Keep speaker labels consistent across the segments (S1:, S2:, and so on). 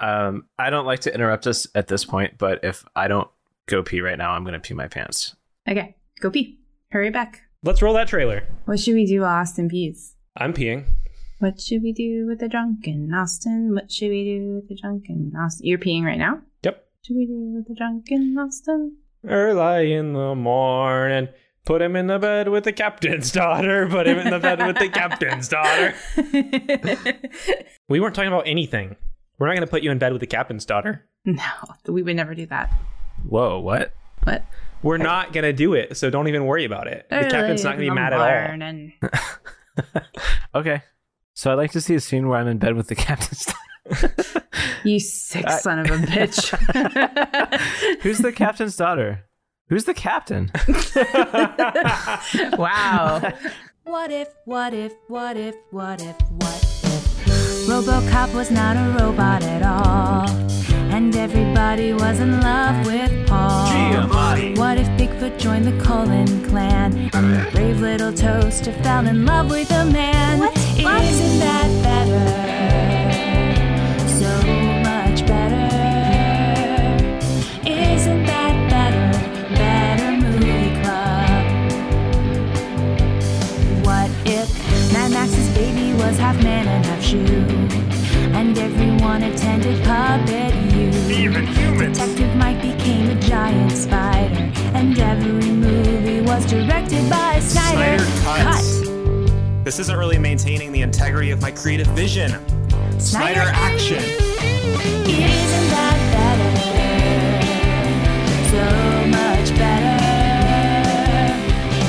S1: Um, I don't like to interrupt us at this point, but if I don't go pee right now, I'm going to pee my pants.
S2: Okay, go pee. Hurry back.
S3: Let's roll that trailer.
S2: What should we do while Austin pees?
S3: I'm peeing.
S2: What should we do with the drunken Austin? What should we do with the drunken Austin? You're peeing right now?
S3: Yep.
S2: Should we do with the drunken Austin?
S3: Early in the morning, put him in the bed with the captain's daughter. Put him in the bed with the captain's daughter. We weren't talking about anything. We're not going to put you in bed with the captain's daughter.
S2: no, we would never do that.
S1: Whoa, what?
S2: What?
S3: We're not going to do it, so don't even worry about it. The captain's not going to be mad at all.
S2: And
S1: Okay. So I'd like to see a scene where I'm in bed with the captain's daughter.
S2: you sick
S3: Uh,
S1: I-
S2: son of a bitch.
S1: Who's the captain's daughter? Who's the captain?
S2: wow.
S4: What if, what if, what if, what if, what if Robocop was not a robot at all? And everybody was in love with Paul. What if Bigfoot joined the Cullen clan? And the brave little toaster fell in love with a man. What? Isn't that better? So much better. Isn't that better? Better movie club. What if Mad Max's baby was half man and half shoe? And everyone attended puppet U. Even humans. Detective Mike became a giant spider. And every movie was directed by Snyder.
S5: Snyder cuts. This isn't really maintaining the integrity of my creative vision. Snyder action.
S4: Isn't that better? So much better.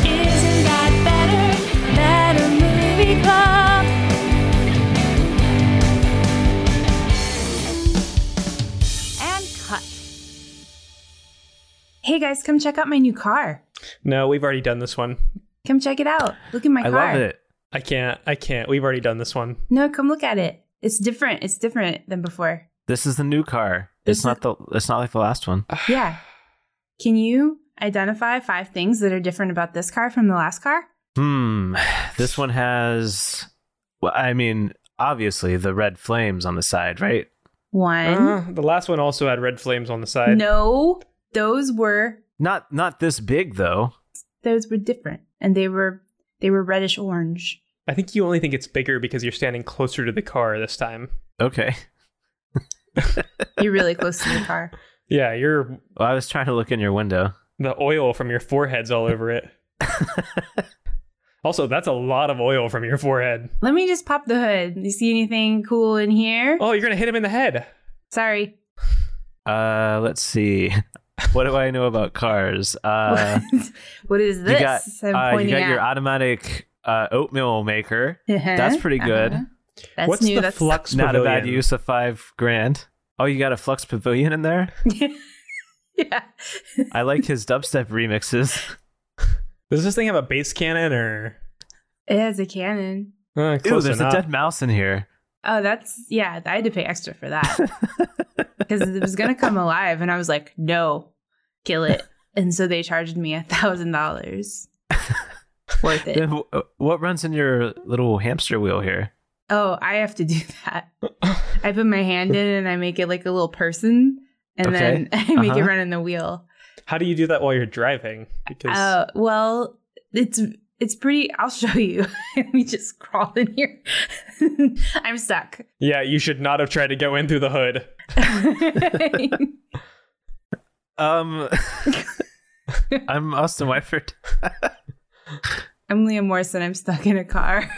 S4: Isn't that better? Better movie club. And cut.
S2: Hey guys, come check out my new car.
S3: No, we've already done this one.
S2: Come check it out. Look at my
S1: I
S2: car.
S1: love it.
S3: I can't. I can't. We've already done this one.
S2: No, come look at it. It's different. It's different than before.
S1: This is the new car.
S2: This
S1: it's not the it's not like the last one.
S2: yeah. Can you identify five things that are different about this car from the last car?
S1: Hmm. This one has well, I mean, obviously the red flames on the side, right?
S2: One.
S3: Uh, the last one also had red flames on the side.
S2: no, those were
S1: Not not this big though.
S2: those were different, and they were they were reddish orange.
S3: I think you only think it's bigger because you're standing closer to the car this time.
S1: Okay.
S2: You're really close to the car.
S3: Yeah, you're
S1: Well, I was trying to look in your window.
S3: the oil from your forehead's all over it. also, that's a lot of oil from your forehead.
S2: Let me just pop the hood. You see anything cool in here?
S3: Oh, you're gonna hit him in the head.
S2: Sorry.
S1: Uh, let's see. What do I know about cars? Uh,
S2: what is
S1: you
S2: this?
S1: got
S2: I'm
S1: uh, you
S2: pointing
S1: got
S2: at.
S1: your automatic uh, oatmeal maker.
S2: Uh-huh,
S1: That's pretty good.
S2: uh-huh. That's
S3: What's
S2: new.
S3: the
S2: That's
S3: flux
S1: Not a bad
S3: pavilion?
S1: use of five grand. Oh, you got a flux pavilion in there.
S2: yeah.
S1: I like his dubstep remixes.
S3: Does this thing have a base cannon or?
S2: It has a cannon.
S3: Uh,
S1: Ooh,
S3: close
S1: there's
S3: enough.
S1: a dead mouse in here.
S2: Oh, that's yeah. I had to pay extra for that because it was gonna come alive, and I was like, no, kill it. And so they charged me a thousand dollars. Worth
S1: Then
S2: it.
S1: wh- uh, What runs in your little hamster wheel here?
S2: Oh, I have to do that. I put my hand in and I make it like a little person, and
S1: Okay.
S2: then I make it
S1: Uh-huh.
S2: run in the wheel.
S3: How do you do that while you're driving? Because
S2: Uh, well, it's it's pretty. I'll show you. we just crawl in here. I'm stuck.
S3: yeah, you should not have tried to go in through the hood.
S1: Um, I'm Austin Wyford.
S2: I'm Leah Morrison. I'm stuck in a car.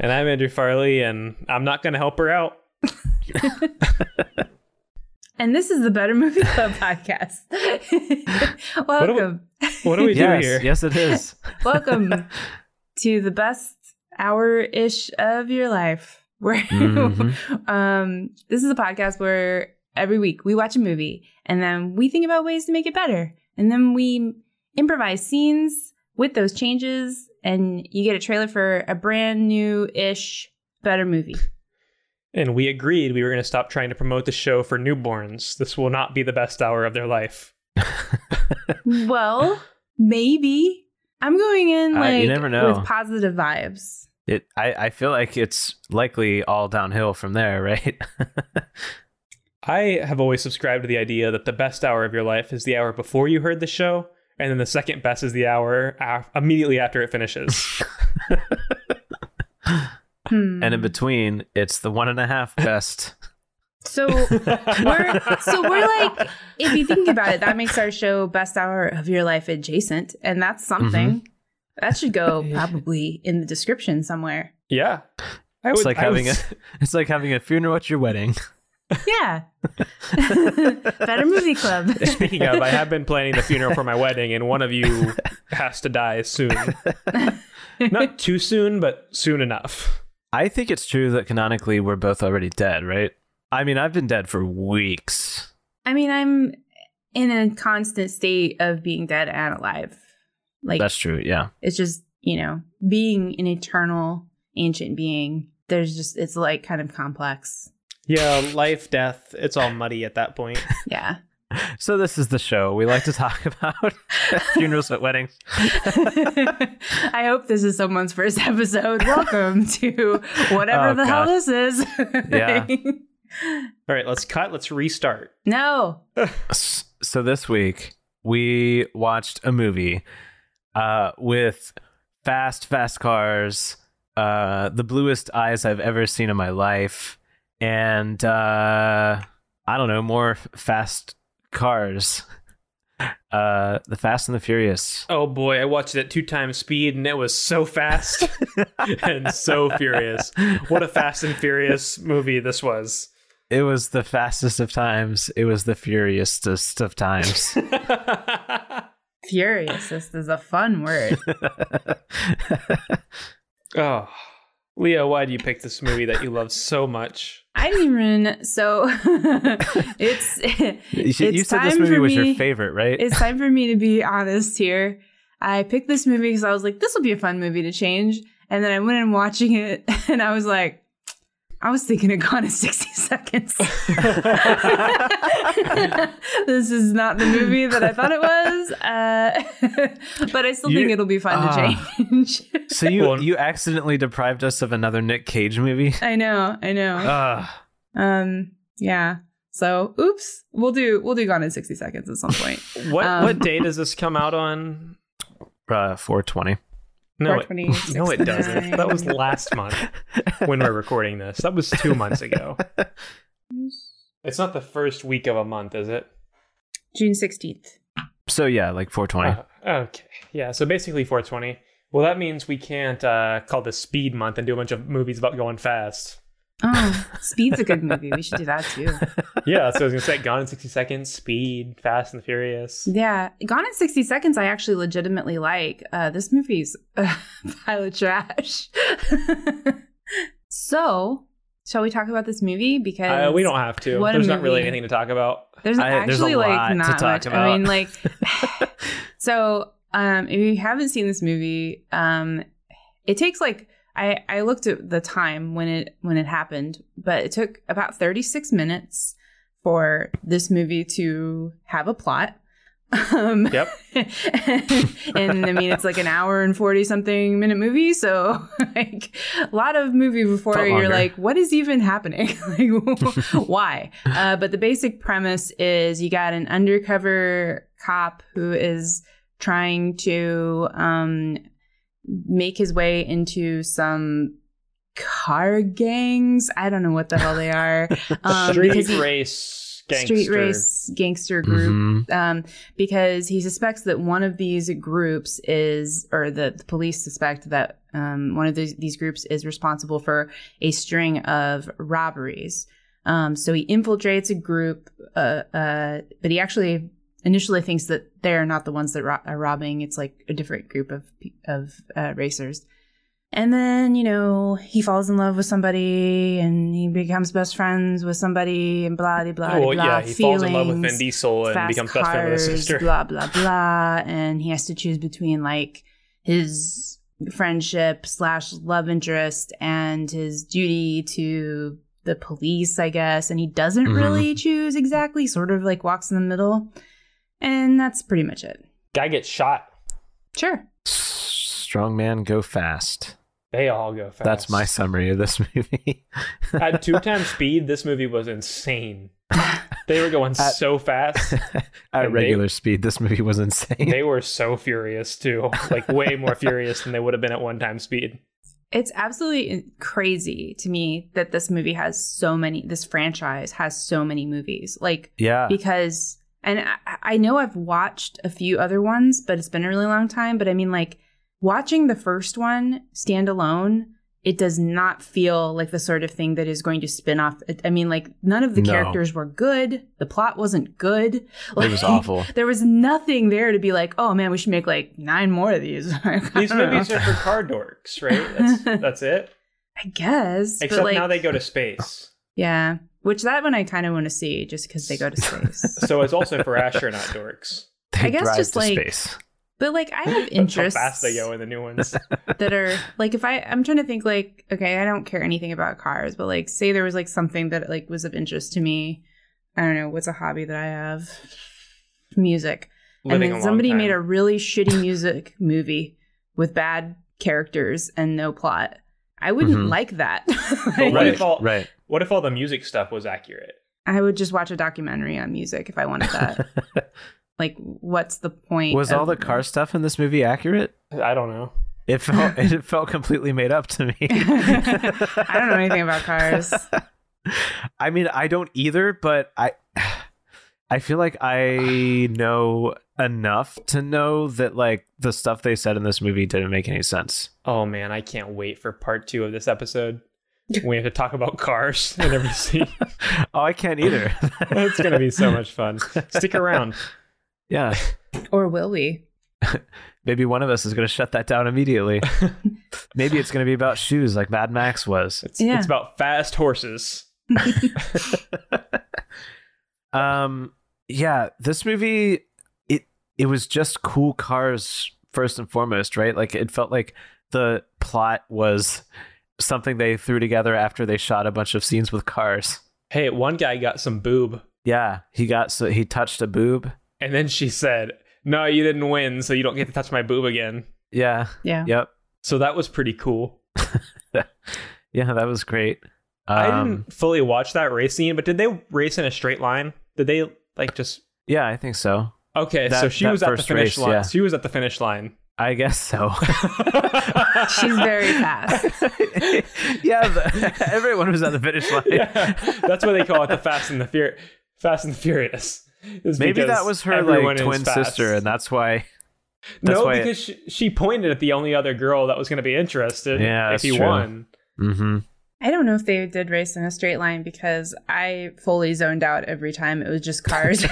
S3: And I'm Andrew Farley, and I'm not gonna help her out.
S2: And this is the Better Movie Club podcast.
S3: do we-
S2: welcome.
S3: What do we
S1: yes,
S3: do here?
S1: yes, it is.
S2: welcome to the best hour ish of your life. Where Mm-hmm.
S1: Mhm.
S2: um, this is a podcast where every week we watch a movie and then we think about ways to make it better. And then we improvise scenes with those changes, and you get a trailer for a brand new ish better movie.
S3: And we agreed we were going to stop trying to promote the show for newborns. This will not be the best hour of their life.
S2: well, maybe. I'm going in
S1: Uh,
S2: like
S1: you never know.
S2: with positive vibes.
S1: It. I, I feel like it's likely all downhill from there, right?
S3: I have always subscribed to the idea that the best hour of your life is the hour before you heard the show, and then the second best is the hour af- immediately after it finishes.
S2: Hmm.
S1: And in between, it's the one and a half best.
S2: so we're so we're like, if you think about it, that makes our show best hour of your life adjacent, and that's something that should go probably in the description somewhere.
S3: yeah. I
S1: It's
S3: would-
S1: like
S3: I
S1: having
S3: would-
S1: a it's like having a funeral at your wedding.
S2: Yeah, better movie club.
S3: Speaking of, I have been planning the funeral for my wedding, and one of you has to die soon. Not too soon, but soon enough.
S1: I think it's true that canonically we're both already dead, right? I mean, I've been dead for weeks.
S2: I mean, I'm in a constant state of being dead and alive. Like
S1: That's true. Yeah.
S2: it's just you know being an eternal ancient being. There's just it's like kind of complex.
S3: Yeah, life, death, it's all muddy at that point.
S2: Yeah.
S1: So this is the show we like to talk about funerals at weddings.
S2: I hope this is someone's first episode. Welcome to whatever
S1: Oh,
S2: the hell
S1: God.
S2: this is.
S1: Yeah.
S3: All right, let's cut, let's restart.
S2: no.
S1: S- So this week we watched a movie uh, with fast, fast cars, uh, the bluest eyes I've ever seen in my life, and uh, I don't know more f- fast cars. Uh, the Fast and the Furious.
S3: Oh boy, I watched it at two times speed and it was so fast and so furious. What a fast and furious movie this was.
S1: It was the fastest of times. It was the furiousest of times.
S2: Furious. This is a fun word.
S3: oh. Leo, why do you pick this movie that you love so much?
S2: I didn't even so it's
S1: you said- you
S2: It's
S1: said this
S2: time
S1: movie
S2: for
S1: was your
S2: me-
S1: favorite, right?
S2: it's time for me to be honest here. I picked this movie because I was like, this will be a fun movie to change. And then I went in watching it and I was like, I was thinking it gone in 60 seconds. this is not the movie that I thought it was. Uh, but I still think
S1: You-
S2: it'll be fun
S1: Ah.
S2: to change.
S1: So you
S3: Well-
S1: you accidentally deprived us of another Nick Cage movie.
S2: I know, I know.
S1: Ugh.
S3: Uh.
S2: Um, yeah. So, oops, we'll do we'll do Gone in 60 Seconds at some point.
S3: What
S2: Um,
S3: what day does this come out on?
S1: Uh, 420.
S3: No, it,
S2: 4/26,
S3: no, it doesn't. That was
S2: 9.
S3: last month when we're recording this. That was two months ago. It's not the first week of a month, is it?
S2: June 16th.
S1: So yeah, like 420.
S3: Uh, okay. Yeah. So basically 420. Well, that means we can't uh, call this speed month and do a bunch of movies about going fast.
S2: Oh, Speed's a good movie. We should do that too.
S3: Yeah. So I was gonna say Gone in 60 Seconds, Speed, Fast and the Furious.
S2: Yeah, Gone in 60 Seconds, I actually legitimately like. Uh, this movie's a pile of trash. so, shall we talk about this movie? Because
S3: Uh, we don't have to.
S2: What a
S3: There's not really
S2: movie.
S3: anything to talk about.
S2: There's
S1: I- there's a
S2: actually
S1: lot
S2: like
S1: to
S2: not
S1: talk
S2: much.
S1: about.
S2: I mean, like, so um, if you haven't seen this movie, um, it takes like I I looked at the time when it when it happened, but it took about 36 minutes for this movie to have a plot. Um,
S3: Yep.
S2: and I mean, it's like an hour and 40 something minute movie. So, like, a lot of movie before
S1: Felt
S2: you're
S1: longer.
S2: like, what is even happening? like, why? Uh, but the basic premise is you got an undercover cop who is trying to um, make his way into some car gangs. I don't know what the hell they are. Um,
S3: street
S2: because he-
S3: race gangster.
S2: street race gangster group
S1: Mhm.
S3: Mm-hmm.
S2: um, because he suspects that one of these groups is, or the, the police suspect that um, one of these, these groups is responsible for a string of robberies. Um, so he infiltrates a group, uh, uh, but he actually initially thinks that they're not the ones that ro- are robbing. It's like a different group of pe- of uh, racers. And then, you know, he falls in love with somebody and he becomes best friends with somebody and blah, de blah, de
S3: Oh
S2: blah.
S3: yeah, he falls in love with Vin
S2: uh, feelings
S3: Diesel and
S2: fast
S3: becomes
S2: cars,
S3: best friend with his sister.
S2: Blah blah blah, and he has to choose between like his friendship slash love interest and his duty to the police, I guess. And he doesn't
S3: Mm-hmm.
S1: Mhm.
S2: really choose exactly. Sort of like walks in the middle, and that's pretty much it.
S3: Guy gets shot.
S2: Sure.
S1: S- Strong man, go fast.
S3: They all go fast.
S1: That's my summary of this movie.
S3: At two times speed, this movie was insane. They were going
S1: At-
S3: so fast.
S1: At
S3: And they-
S1: regular speed, this movie was insane.
S3: They were so furious too. Like way more furious than they would have been at one time speed.
S2: It's absolutely in- crazy to me that this movie has so many, this franchise has so many movies. Like,
S1: yeah.
S2: because, and I, I know I've watched a few other ones, but it's been a really long time. But I mean, like, watching the first one stand alone, it does not feel like the sort of thing that is going to spin off. I- I mean, like, none of the
S1: No.
S2: characters were good. The plot wasn't good.
S1: It was awful.
S2: There was nothing there to be like, oh man, we should make like nine more of these.
S3: These
S2: These
S3: movies are for car dorks, right? That's, that's it.
S2: I guess.
S3: Except
S2: but like,
S3: now they go to space.
S2: Yeah. Which that one I kind of want to see just because they go to space.
S3: So it's also for astronaut dorks.
S1: They
S2: I guess
S1: drive
S2: just
S1: to
S2: like-
S1: space.
S2: but like I have
S3: That's how
S2: interests
S3: fast they go in the new ones.
S2: that are like if I I'm trying to think like okay I don't care anything about cars but like say there was like something that like was of interest to me I don't know what's a hobby that I have music
S3: Living
S2: and
S3: a
S2: then
S3: long
S2: somebody made a
S3: time.
S2: really shitty music movie with bad characters and no plot I wouldn't
S1: Mhm.
S2: like that
S3: But what
S1: right.
S3: if all-
S1: right.
S3: What if all the music stuff was accurate?
S2: I would just watch a documentary on music if I wanted that like what's the point
S1: was all the
S2: of-
S1: car stuff in this movie accurate?
S3: I don't know.
S1: It felt it felt completely made up to me.
S2: I don't know anything about cars.
S1: I mean, I don't either, but I I feel like I know enough to know that like the stuff they said in this movie didn't make any sense.
S3: Oh man, I can't wait for part two of this episode. We have to talk about cars in every scene.
S1: Oh, I can't either.
S3: it's gonna be so much fun. Stick around.
S1: yeah.
S2: Or will we?
S1: Maybe one of us is gonna shut that down immediately. Maybe it's gonna be about shoes like Mad Max was.
S3: It's,
S2: Yeah.
S3: it's about fast horses.
S1: Um yeah, this movie it it was just cool cars first and foremost, right? Like it felt like the plot was something they threw together after they shot a bunch of scenes with cars.
S3: Hey, one guy got some boob,
S1: Yeah, he got so he touched a boob.
S3: and then she said, "No, you didn't win, so you don't get to touch my boob again."
S1: Yeah.
S2: Yeah.
S1: Yep.
S3: So that was pretty cool.
S1: Yeah, that was great. Um,
S3: I didn't fully watch that race scene, but did they race in a straight line? Did they like just
S1: Yeah, I think so.
S3: okay?
S1: That-
S3: so she
S1: that
S3: was at the
S1: first race,
S3: finish line.
S1: yeah.
S3: She was at the finish line.
S1: I guess so.
S2: She's very fast.
S1: yeah, the, everyone was at the finish line.
S3: yeah, that's why they call it the Fast and the Fur, Fast and the Furious. is
S1: Maybe
S3: because
S1: that was her like
S3: everyone is
S1: twin
S3: fast.
S1: sister, and that's why. that's
S3: no,
S1: why it-
S3: because she, she pointed at the only other girl that was going to be interested.
S1: Yeah,
S3: if
S1: that's
S3: he
S1: true.
S3: won,
S1: Mm-hmm.
S2: I don't know if they did race in a straight line because I fully zoned out every time it was just cars.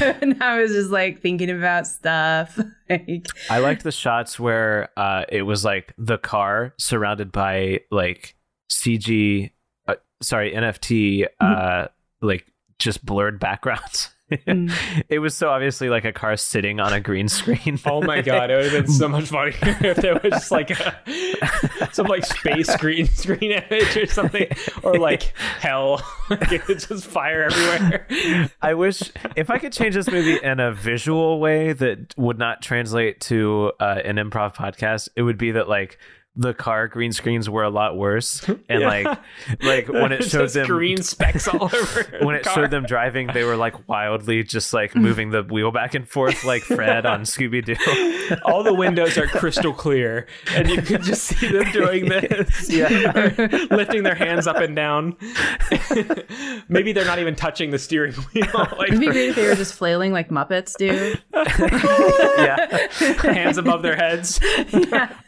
S2: and I was just like thinking about stuff. Like,
S1: I liked the shots where uh, it was like the car surrounded by like CG, uh, sorry NFT,
S3: Mm-hmm.
S1: uh, like just blurred backgrounds.
S2: Mm.
S1: it was so obviously like a car sitting on a green screen.
S3: oh my god, it would have been so much funnier if there was just like a, some like space green screen image or something, or like hell, like, it would just fire everywhere.
S1: I wish if I could change this movie in a visual way that would not translate to uh, an improv podcast, it would be that like the car green screens were a lot worse, and
S3: Yeah.
S1: like like when it
S3: It's
S1: showed
S3: just
S1: them
S3: green specks all over
S1: when
S3: the
S1: it
S3: car.
S1: showed them driving, they were like wildly just like moving the wheel back and forth like Fred on Scooby Doo.
S3: All the windows are crystal clear, and you can just see them doing this.
S1: Yeah.
S3: Lifting their hands up and down. Maybe they're not even touching the steering wheel.
S2: it'd be
S3: Like
S2: great if they were just flailing like Muppets do.
S1: yeah.
S3: hands above their heads.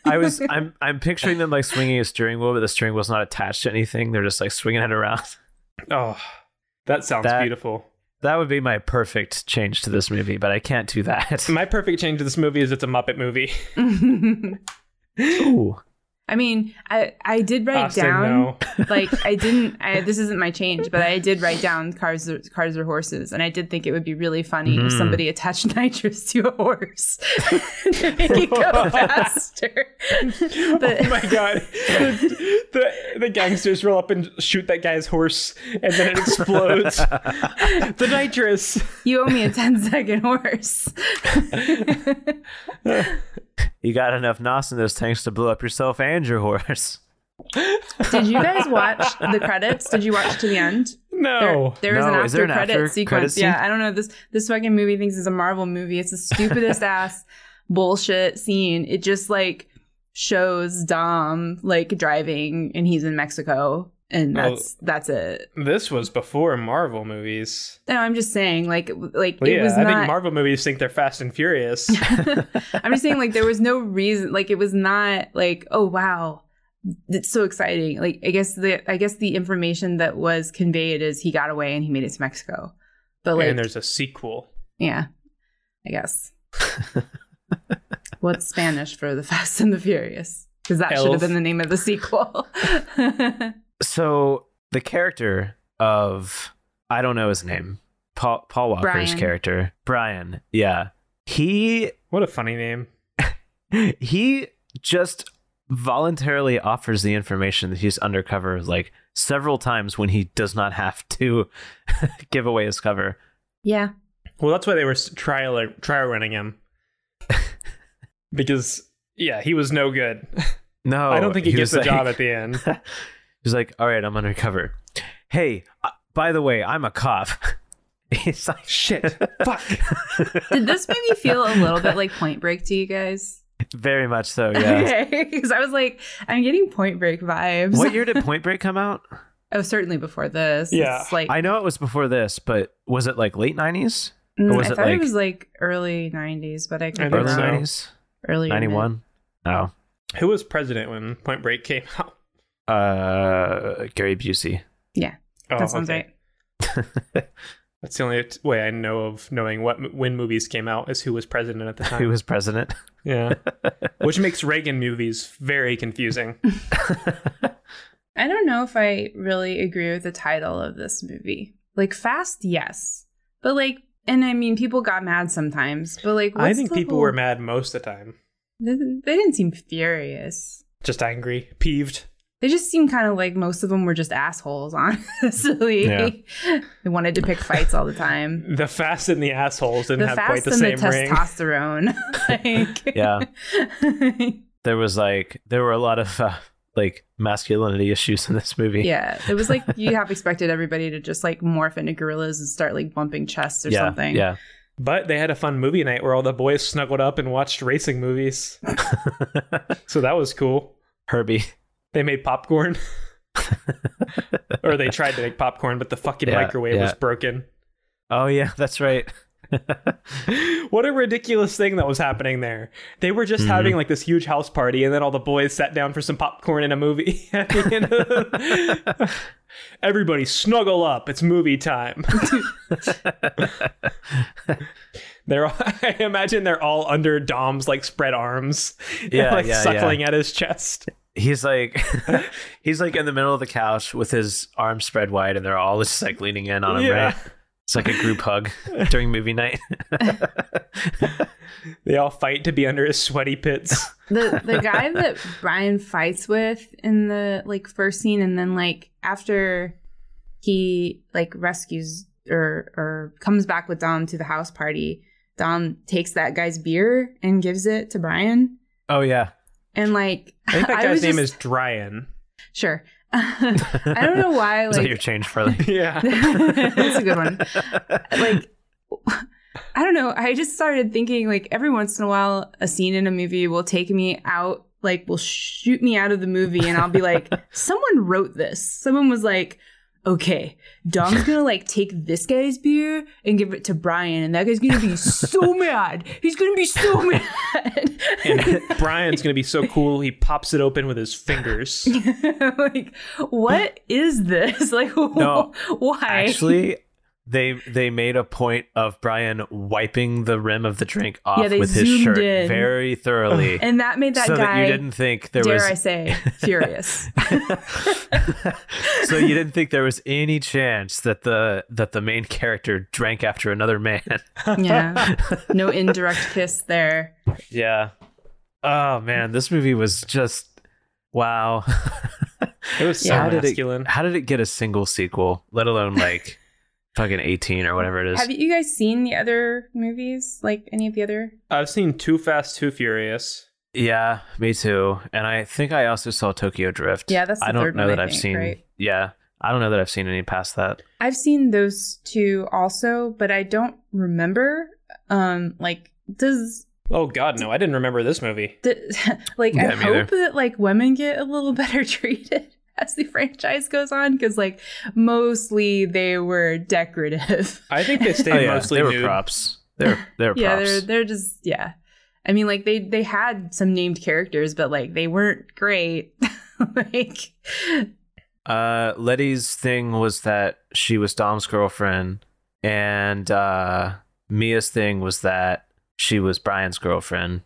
S1: I was I'm I'm picturing them like swinging a steering wheel, but the steering wheel's not attached to anything. They're just like swinging it around.
S3: Oh, that sounds
S1: That-
S3: beautiful.
S1: That would be my perfect change to this movie, but I can't do that.
S3: My perfect change to this movie is it's a Muppet movie.
S1: Ooh.
S2: I mean, I, I did write
S3: Austin,
S2: down.
S3: no.
S2: like I didn't. I, this isn't my change, but I did write down cars, or, cars or horses, and I did think it would be really funny if
S3: Hmm.
S1: Mm.
S2: somebody attached nitrous to a horse to make it go faster. but
S3: Oh my god. The, the, the gangsters roll up and shoot that guy's horse, and then it explodes. the nitrous.
S2: you owe me a 10 second horse.
S1: you got enough nos in those tanks to blow up yourself and your horse.
S2: Did you guys watch the credits? Did you watch to the end?
S3: No.
S2: There, there is
S1: No,
S2: an after
S1: is there an
S2: credit
S1: after
S2: sequence.
S1: credit scene?
S2: yeah, I don't know. This this fucking movie thinks it's a Marvel movie. It's the stupidest ass bullshit scene. It just like shows Dom like driving and he's in Mexico and
S3: Oh.
S2: that's that's it.
S3: This was before Marvel movies.
S2: No, I'm just saying like like
S3: Well,
S2: it
S3: yeah,
S2: was
S3: I
S2: not
S3: think Marvel movies think they're Fast and Furious.
S2: I'm just saying, like, there was no reason. Like, it was not like, oh wow, it's so exciting. Like, I guess the I guess the information that was conveyed is he got away and he made it to Mexico. But like,
S3: and there's a sequel.
S2: yeah, I guess. What's Spanish for the Fast and the Furious? Because that should have
S3: Elf.
S2: been the name of the sequel.
S1: So the character of I don't know his name, Paul Paul Walker's
S2: Brian.
S1: character, Brian. Yeah, he
S3: What a funny name.
S1: he just voluntarily offers the information that he's undercover like several times when he does not have to give away his cover.
S2: yeah,
S3: Well, that's why they were s- trial trial running him. because yeah, he was no good.
S2: Oh,
S1: No,
S3: I don't think he, gets
S1: was
S3: the
S1: like-
S3: job at the end.
S1: He's like, "All right, I'm undercover. Hey, uh, by the way, I'm a cop." He's like,
S3: Shit. Fuck.
S2: did this maybe feel a little bit like Point Break to you guys?
S1: very much so. Oh, Yeah.
S2: Okay, because I was like, I'm getting Point Break vibes.
S1: what year did Point Break come out?
S2: Oh, certainly before this.
S3: Yeah.
S2: It's like
S1: I know it was before this, but was it like late nineties,
S2: Mm,
S1: was
S2: I
S1: it
S2: thought
S1: like-
S2: it was like early '90s, but I could
S3: I
S2: be
S3: think
S1: early
S3: so.
S2: wrong.
S1: nineties,
S2: Early
S1: ninety one? Oh,
S3: Who was president when Point Break came out?
S1: uh, Gary Busey.
S3: Oh,
S2: That sounds
S3: okay.
S2: right.
S3: That's the only t- way I know of knowing what m- when movies came out is who was president at the time.
S1: Who was president?
S3: yeah, which makes Reagan movies very confusing.
S2: I don't know if I really agree with the title of this movie. Like fast, yes, but like, and I mean, people got mad sometimes, but like,
S3: I
S2: what's
S3: think
S2: the
S3: people
S2: whole-
S3: were mad most of the time,
S2: They, they didn't seem furious.
S3: just angry, peeved.
S2: They just seemed kind of like most of them were just assholes, honestly.
S1: Yeah.
S2: They wanted to pick fights all the time.
S3: The fast and the assholes didn't
S2: the
S3: have
S2: fast
S3: quite the
S2: and
S3: same
S2: the
S3: ring.
S2: testosterone. like,
S1: Yeah. There was like there were a lot of uh, like masculinity issues in this movie.
S2: Yeah, it was like you half expected everybody to just like morph into gorillas and start like bumping chests or
S1: yeah,
S2: something.
S1: yeah.
S3: But they had a fun movie night where all the boys snuggled up and watched racing movies, so that was cool.
S1: Herbie.
S3: They made popcorn, or they tried to make popcorn, but the fucking
S1: Yeah,
S3: microwave
S1: yeah.
S3: was broken.
S1: Oh yeah, that's right.
S3: what a ridiculous thing that was happening there. They were just having
S1: Mm-hmm.
S3: like this huge house party, and then all the boys sat down for some popcorn and a movie. at the end of- Everybody snuggle up. It's movie time. they're all, I imagine they're all under Dom's like spread arms, and,
S1: Yeah,
S3: like
S1: yeah,
S3: suckling at his chest.
S1: He's like he's like in the middle of the couch with his arms spread wide and they're all just like leaning in on him,
S3: Yeah.
S1: right? It's like a group hug during movie night.
S3: They all fight to be under his sweaty pits.
S2: The the guy that Brian fights with in the like first scene and then like after he like rescues or or comes back with Dom to the house party, Dom takes that guy's beer and gives it to Brian.
S1: oh yeah.
S2: And like
S3: I think that guy's
S2: was
S3: name
S2: just-
S3: is Dryan.
S2: Sure. I don't know why
S1: Is that
S2: like
S1: your change for like
S3: Yeah.
S2: That's a good one. like I don't know. I just started thinking like every once in a while, a scene in a movie will take me out, like will shoot me out of the movie, and I'll be like, someone wrote this. Someone was like, okay, Dom's gonna like take this guy's beer and give it to Brian, and that guy's gonna be so mad. He's gonna be so mad.
S3: and Brian's gonna be so cool. He pops it open with his fingers.
S2: like, what is this? Like,
S1: No,
S2: why?
S1: Actually, they they made a point of Brian wiping the rim of the drink off
S2: Yeah, they
S1: with his
S2: zoomed
S1: shirt
S2: in.
S1: very thoroughly,
S2: and that made that
S1: so
S2: guy.
S1: that you didn't think there
S2: dare I
S1: was
S2: say, furious.
S1: so you didn't think there was any chance that the that the main character drank after another man.
S2: yeah. No indirect kiss there.
S1: yeah. Oh man, this movie was just wow.
S3: It was so
S2: Yeah. How
S1: did it-
S3: masculine.
S1: How did it get a single sequel, let alone like fucking 18 or whatever it is?
S2: Have you guys seen the other movies? Like any of the other?
S3: I've seen Too Fast, Too Furious.
S1: Yeah, me too. And I think I also saw Tokyo Drift.
S2: Yeah, that's the
S1: I don't
S2: third
S1: know
S2: one,
S1: that
S2: I
S1: have
S2: think,
S1: seen.
S2: right?
S1: Yeah, I don't know that I've seen any past that.
S2: I've seen those two also, but I don't remember. Um, like does
S3: Oh God, no! I didn't remember this movie.
S2: d- like I
S1: Yeah, me
S2: hope that like women get a little better treated as the franchise goes on because like mostly they were decorative.
S3: I think they stayed
S1: oh, yeah,
S3: mostly
S1: they were
S3: nude.
S1: props. They're they're
S2: yeah,
S1: props.
S2: they're they're just yeah. I mean, like they they had some named characters, but like they weren't great. like
S1: Uh, Letty's thing was that she was Dom's girlfriend, and uh, Mia's thing was that she was Brian's girlfriend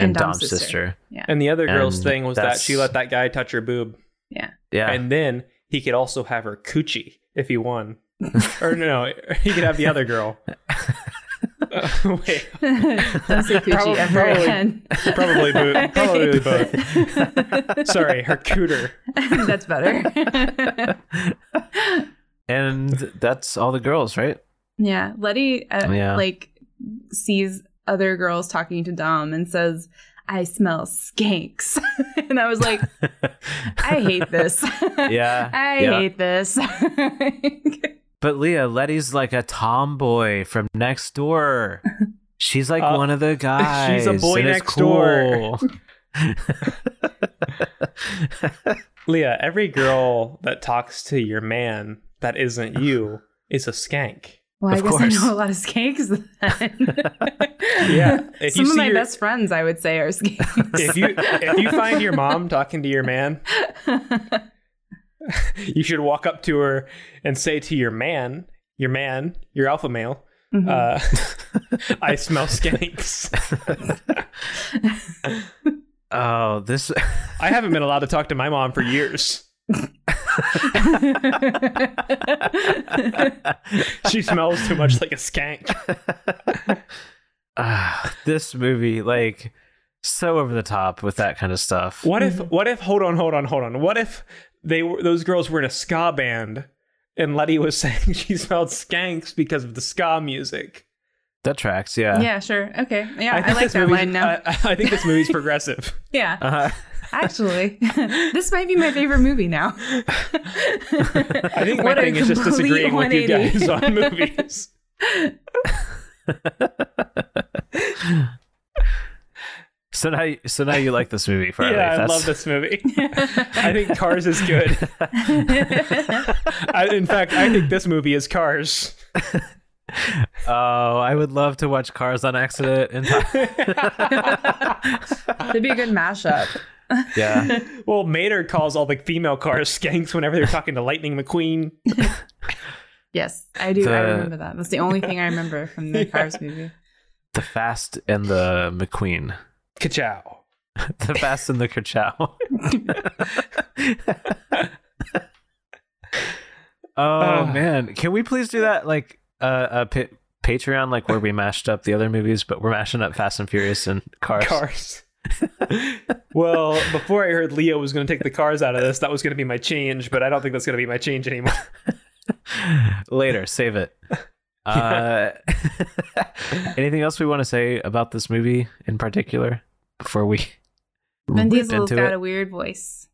S1: and,
S2: And
S1: Dom's,
S2: Dom's
S1: sister.
S2: sister.
S3: And the other girl's
S1: And
S3: thing was that
S1: that's-
S3: she let that guy touch her boob,
S1: Yeah,
S3: and then he could also have her coochie if he won. or no, he could have the other girl. Uh, wait,
S2: don't say coochie
S3: Prob-
S2: ever
S3: probably-
S2: again.
S3: probably both. Probably both. Sorry, her cooter.
S2: That's better.
S1: and that's all the girls, right?
S2: yeah, Letty uh,
S1: Yeah.
S2: like sees other girls talking to Dom and says, "I smell skanks," and I was like, "I hate this."
S1: Yeah,
S2: I
S1: yeah.
S2: hate this.
S1: But Leah, Letty's like a tomboy from next door. She's like
S3: Uh,
S1: one of the guys.
S3: she's a boy
S1: and it's
S3: next door.
S1: cool.
S3: Leah, every girl that talks to your man that isn't you is a skank.
S2: well, I
S1: Of
S2: guess
S1: course.
S2: I know a lot of skanks then.
S3: Yeah, if you
S2: Some of
S3: see
S2: my
S3: your-
S2: best friends, I would say, are skanks.
S3: If you if you find your mom talking to your man, you should walk up to her and say to your man, your man, your alpha male,
S2: Mhm.
S3: uh, I smell skanks.
S1: Oh, this
S3: I haven't been allowed to talk to my mom for years. She smells too much like a skank.
S1: ah, this movie, like, so over the top with that kind of stuff.
S3: What if what if hold on, hold on, hold on. What if they were those girls were in a ska band and Letty was saying she smelled skanks because of the ska music?
S1: That tracks, yeah.
S2: yeah, sure. Okay. Yeah, I,
S3: think
S2: like
S3: this
S2: that
S3: movie's- uh,
S2: line now.
S3: I, I think this movie's progressive.
S2: yeah.
S3: Uh,
S1: Uh-huh.
S2: Actually, this might be my favorite movie now.
S3: I think my
S2: What a
S3: thing is just
S2: complete
S3: disagreeing with you
S2: 180.
S3: guys on movies.
S1: So now, so now you like this movie, Farley.
S3: yeah, I
S1: That's-
S3: love this movie. I think Cars is good. I, in fact, I think this movie is Cars.
S1: Oh, I would love to watch Cars on Accident. And
S2: That'd be a good mashup.
S1: yeah,
S3: Well, Mater calls all the female cars skanks whenever they're talking to Lightning McQueen.
S2: Yes, I do. I
S1: The-
S2: remember that. That's the only thing I remember from the Cars movie.
S1: the Fast and the McQueen,
S3: Ka-chow.
S1: the Fast and the Kerchow. oh
S3: Ah.
S1: man, can we please do that? Like uh, a pa- Patreon, like where we mashed up the other movies, but we're mashing up Fast and Furious and Cars.
S3: Cars. well, before I heard Leo was going to take the cars out of this, that was going to be my change, but I don't think that's going to be my change anymore.
S1: Later, save it. Uh, anything else we want to say about this movie in particular before we?
S2: Vin
S1: ripped
S2: Diesel's
S1: into
S2: got
S1: it?
S2: a weird voice.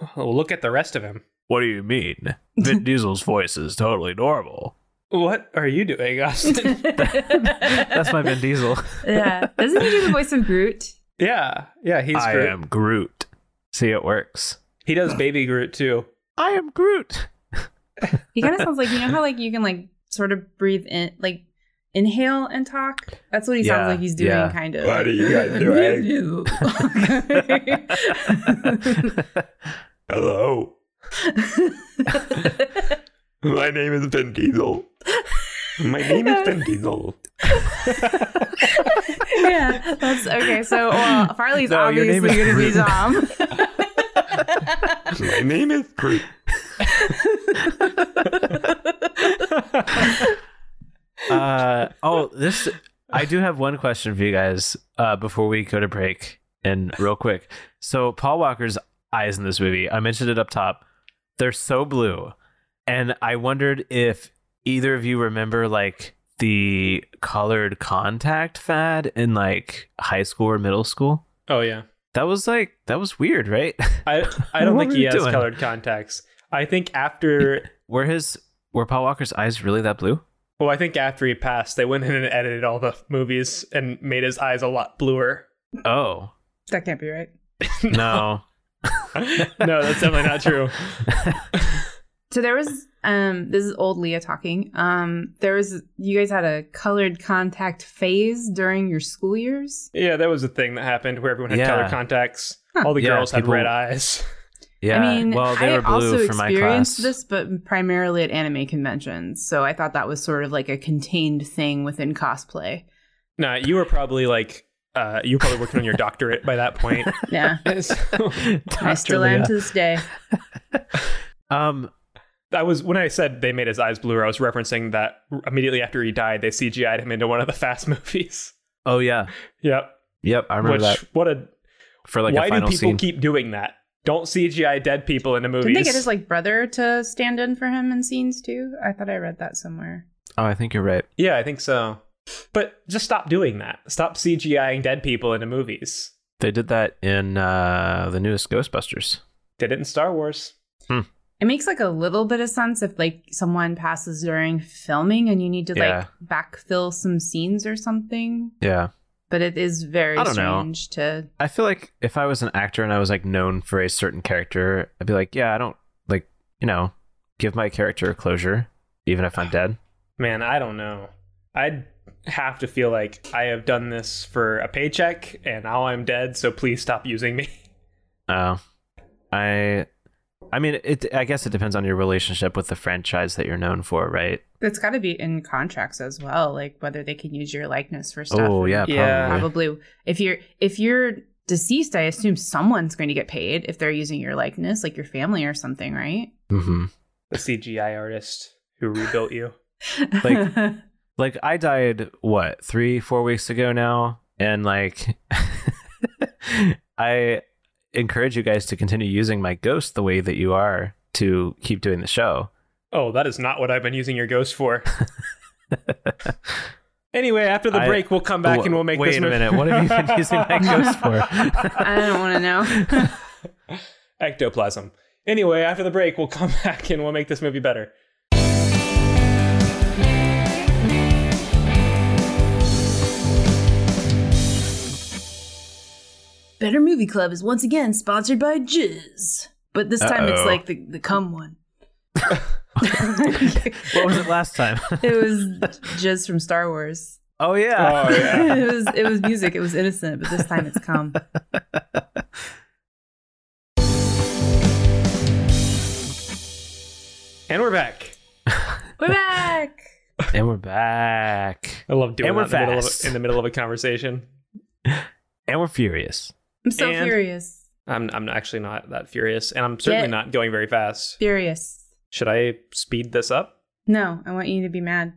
S3: Well, Oh, look at the rest of him.
S1: What do you mean? Vin Diesel's voice is totally normal.
S3: What are you doing, Austin?
S1: That's my Vin Diesel.
S2: Yeah. Doesn't he do the voice of Groot?
S3: yeah, yeah, he's
S1: I
S3: Groot.
S1: am Groot. See, it works.
S3: He does baby Groot too.
S1: I am Groot.
S2: He kind of sounds like you know how like you can like sort of breathe in like inhale and talk. That's what he
S1: Yeah,
S2: sounds like he's doing,
S1: yeah.
S2: kind of.
S5: What are you guys eh? Hello. My name is Ben Diesel. My name is Ben Diesel.
S2: yeah, that's okay. So well, Farley's
S1: No, your
S2: obviously
S1: name
S2: going to be
S1: is
S2: Dom.
S5: My name is Groot.
S1: Uh, oh, this. I do have one question for you guys uh, before we go to break, and real quick. So Paul Walker's eyes in this movie, I mentioned it up top. They're so blue, and I wondered if either of you remember like the colored contact fad in like high school or middle school.
S3: Oh yeah.
S1: That was like that was weird, right?
S3: I I don't
S1: What
S3: think
S1: were
S3: he
S1: you
S3: has
S1: doing?
S3: colored contacts. I think after
S1: were his were Paul Walker's eyes really that blue?
S3: well, I think after he passed, they went in and edited all the movies and made his eyes a lot bluer.
S1: Oh
S2: That can't be right.
S1: no.
S3: no, that's definitely not true.
S2: So there was um this is old Leah talking. Um there was you guys had a colored contact phase during your school years.
S3: Yeah, that was a thing that happened where everyone had
S1: Yeah.
S3: colored contacts.
S2: Huh.
S3: All the
S1: Yeah,
S3: girls had
S1: people-
S3: red eyes.
S1: Yeah.
S2: I mean,
S1: well, they
S2: I
S1: were blue
S2: also
S1: for my class.
S2: experienced this, but primarily at anime conventions. So I thought that was sort of like a contained thing within cosplay.
S3: Nah, you were probably like uh, you were probably working on your doctorate by that point.
S2: Yeah,
S3: So-
S2: I still am to this day.
S1: Um,
S3: I was when I said they made his eyes bluer. I was referencing that immediately after he died, they CGI'd him into one of the Fast movies.
S1: oh yeah.
S3: Yep.
S1: Yep, I remember
S3: Which
S1: that
S3: what a
S1: for like
S3: why
S1: a
S3: do
S1: final
S3: people
S1: scene.
S3: keep doing that? Don't CGI dead people into movies.
S2: Didn't they get his like brother to stand in for him in scenes too? I thought I read that somewhere.
S1: oh, I think you're right.
S3: yeah, I think so. But just stop doing that. Stop CGIing dead people into movies.
S1: They did that in uh, the newest Ghostbusters.
S3: Did it in Star Wars.
S2: It makes like a little bit of sense if like someone passes during filming and you need to
S1: Yeah.
S2: like backfill some scenes or something.
S1: Yeah.
S2: But it is very
S1: I don't know.
S2: strange to
S1: I feel like if I was an actor and I was like known for a certain character, I'd be like, yeah, I don't like, you know, give my character closure, even if I'm dead.
S3: Man, I don't know. I'd have to feel like I have done this for a paycheck and now I'm dead, so please stop using me.
S1: Uh, I, I mean, it. I guess it depends on your relationship with the franchise that you're known for, right?
S2: it's got to be in contracts as well, like whether they can use your likeness for stuff.
S1: Oh yeah,
S3: Yeah.
S1: probably.
S2: probably if you're if you're deceased, I assume someone's going to get paid if they're using your likeness, like your family or something, right?
S1: hmm
S3: The CGI artist who rebuilt you.
S1: Like- Like I died what three, four weeks ago now, and like, I encourage you guys to continue using my ghost the way that you are to keep doing the show.
S3: Oh, that is not what I've been using your ghost for. anyway, after the
S1: I-
S3: break, we'll come back
S1: Wh-
S3: and we'll make
S1: Wait
S3: this
S1: a
S3: move.
S1: minute, what have you been using my ghost for?
S2: I don't want to know.
S3: Ectoplasm. Anyway, after the break, we'll come back and we'll make this movie better.
S2: Better Movie Club is once again sponsored by Jizz, but this time it's
S1: Uh-oh.
S2: like the the cum one.
S1: what was it last time?
S2: It was Jizz from Star Wars.
S1: oh yeah.
S3: Oh, yeah.
S2: it was it was music. It was innocent, but this time it's cum.
S3: And we're back.
S2: We're back.
S1: And we're back.
S3: I love doing
S1: And we're
S3: that in the, middle of,
S1: fast.
S3: in the middle of a conversation.
S1: And we're furious.
S2: I'm so
S3: And-
S2: furious.
S3: I'm, I'm actually not that furious, and I'm certainly
S2: Get-
S3: not going very fast.
S2: Furious.
S3: Should I speed this up?
S2: No, I want you to be mad.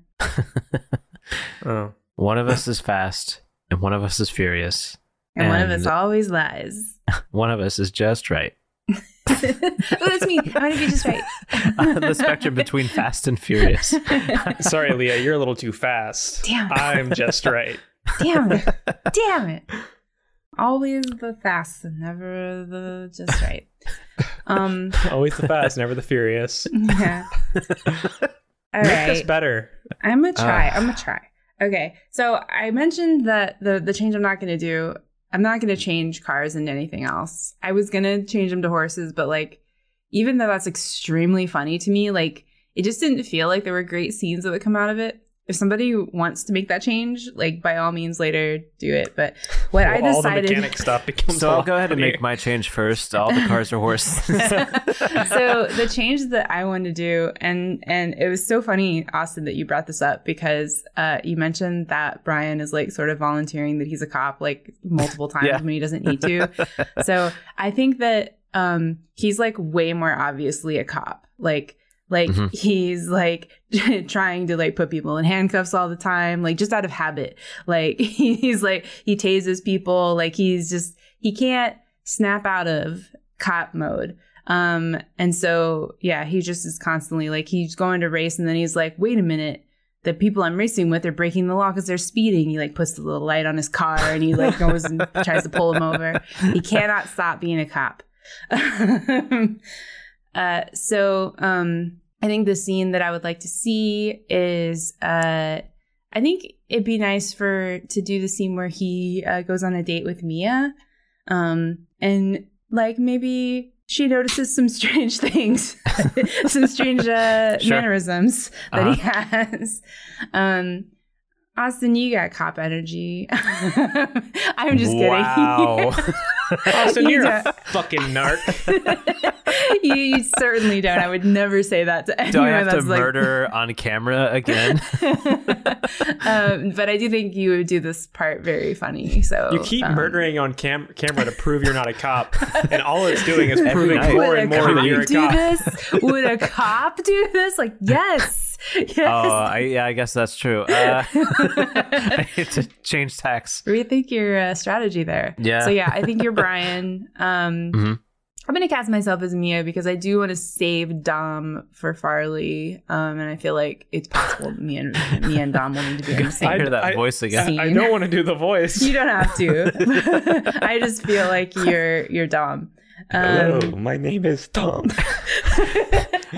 S3: Oh.
S1: One of us is fast and one of us is furious.
S2: And, one of
S1: And-
S2: us always lies.
S1: One of us is just right.
S2: oh, that's me. I want to be just right.
S1: Uh, the spectrum between fast and furious.
S3: Sorry, Leah, you're a little too fast.
S2: Damn.
S3: I'm just right.
S2: Damn it. Damn it. Always the fast and never the just right. Um
S3: Always the fast, never the furious.
S2: yeah. All
S3: Make this
S2: right.
S3: better.
S2: I'm gonna try.
S1: Ah.
S2: I'm gonna try. Okay. So I mentioned that the the change I'm not gonna do. I'm not gonna change cars into anything else. I was gonna change them to horses, but like, even though that's extremely funny to me, like it just didn't feel like there were great scenes that would come out of it. If somebody wants to make that change, like by all means, later do it. But what I
S3: Well, all the
S2: decided.
S3: mechanic stuff becomes
S1: so
S3: a
S1: I'll
S3: lot
S1: go ahead and
S3: funnier.
S1: make my change first. All the cars are horses.
S2: so the change that I wanted to do, and and it was so funny, Austin, that you brought this up because uh, you mentioned that Brian is like sort of volunteering that he's a cop like multiple times
S1: Yeah.
S2: when he doesn't need to. so I think that um, he's like way more obviously a cop, like. Like
S1: Mhm.
S2: he's like trying to like put people in handcuffs all the time, like just out of habit. Like he's like he tases people, like he's just he can't snap out of cop mode. Um, and so yeah, he just is constantly like he's going to race and then he's like, wait a minute, the people I'm racing with are breaking the law because they're speeding. He like puts the little light on his car and he like goes and tries to pull him over. He cannot stop being a cop. uh, so um, I think the scene that I would like to see is uh, I think it'd be nice for to do the scene where he uh, goes on a date with Mia, um, and like maybe she notices some strange things, some strange uh,
S1: Sure. Uh-huh.
S2: mannerisms that he has. Um, Austin, you got cop energy. I'm just
S1: wow.
S3: Austin,
S2: You
S3: Oh, you're a
S2: don't-
S3: fucking narc.
S2: kidding. you, you certainly don't. I would never say that to anyone.
S1: Do I have to
S2: that's like,
S1: murder on camera again?
S2: um, but I do think you would do this part very funny. So
S3: You keep
S2: um,
S3: murdering on cam- camera to prove you're not a cop, and all it's doing is proving
S1: night.
S3: more and
S2: Would a
S3: more that
S2: cop
S3: you're a
S2: do
S3: cop.
S2: this? Would a cop do this? Like yes, yes.
S1: oh,
S3: Uh,
S1: I, yeah, I guess that's true. Uh, I need to change tax.
S2: Rethink your uh, strategy there.
S1: Yeah.
S2: So yeah, I think you're Brian. Um,
S3: Mm-hmm.
S1: Mhm.
S2: I'm gonna cast myself as Mia because I do want to save Dom for Farley, um, and I feel like it's possible me and me and Dom will need to be on the
S1: I
S2: same
S1: hear that
S3: I-
S1: voice again.
S2: See?
S3: I don't want to do the voice.
S2: You don't have to. I just feel like you're you're Dom. Um,
S3: my name is Tom.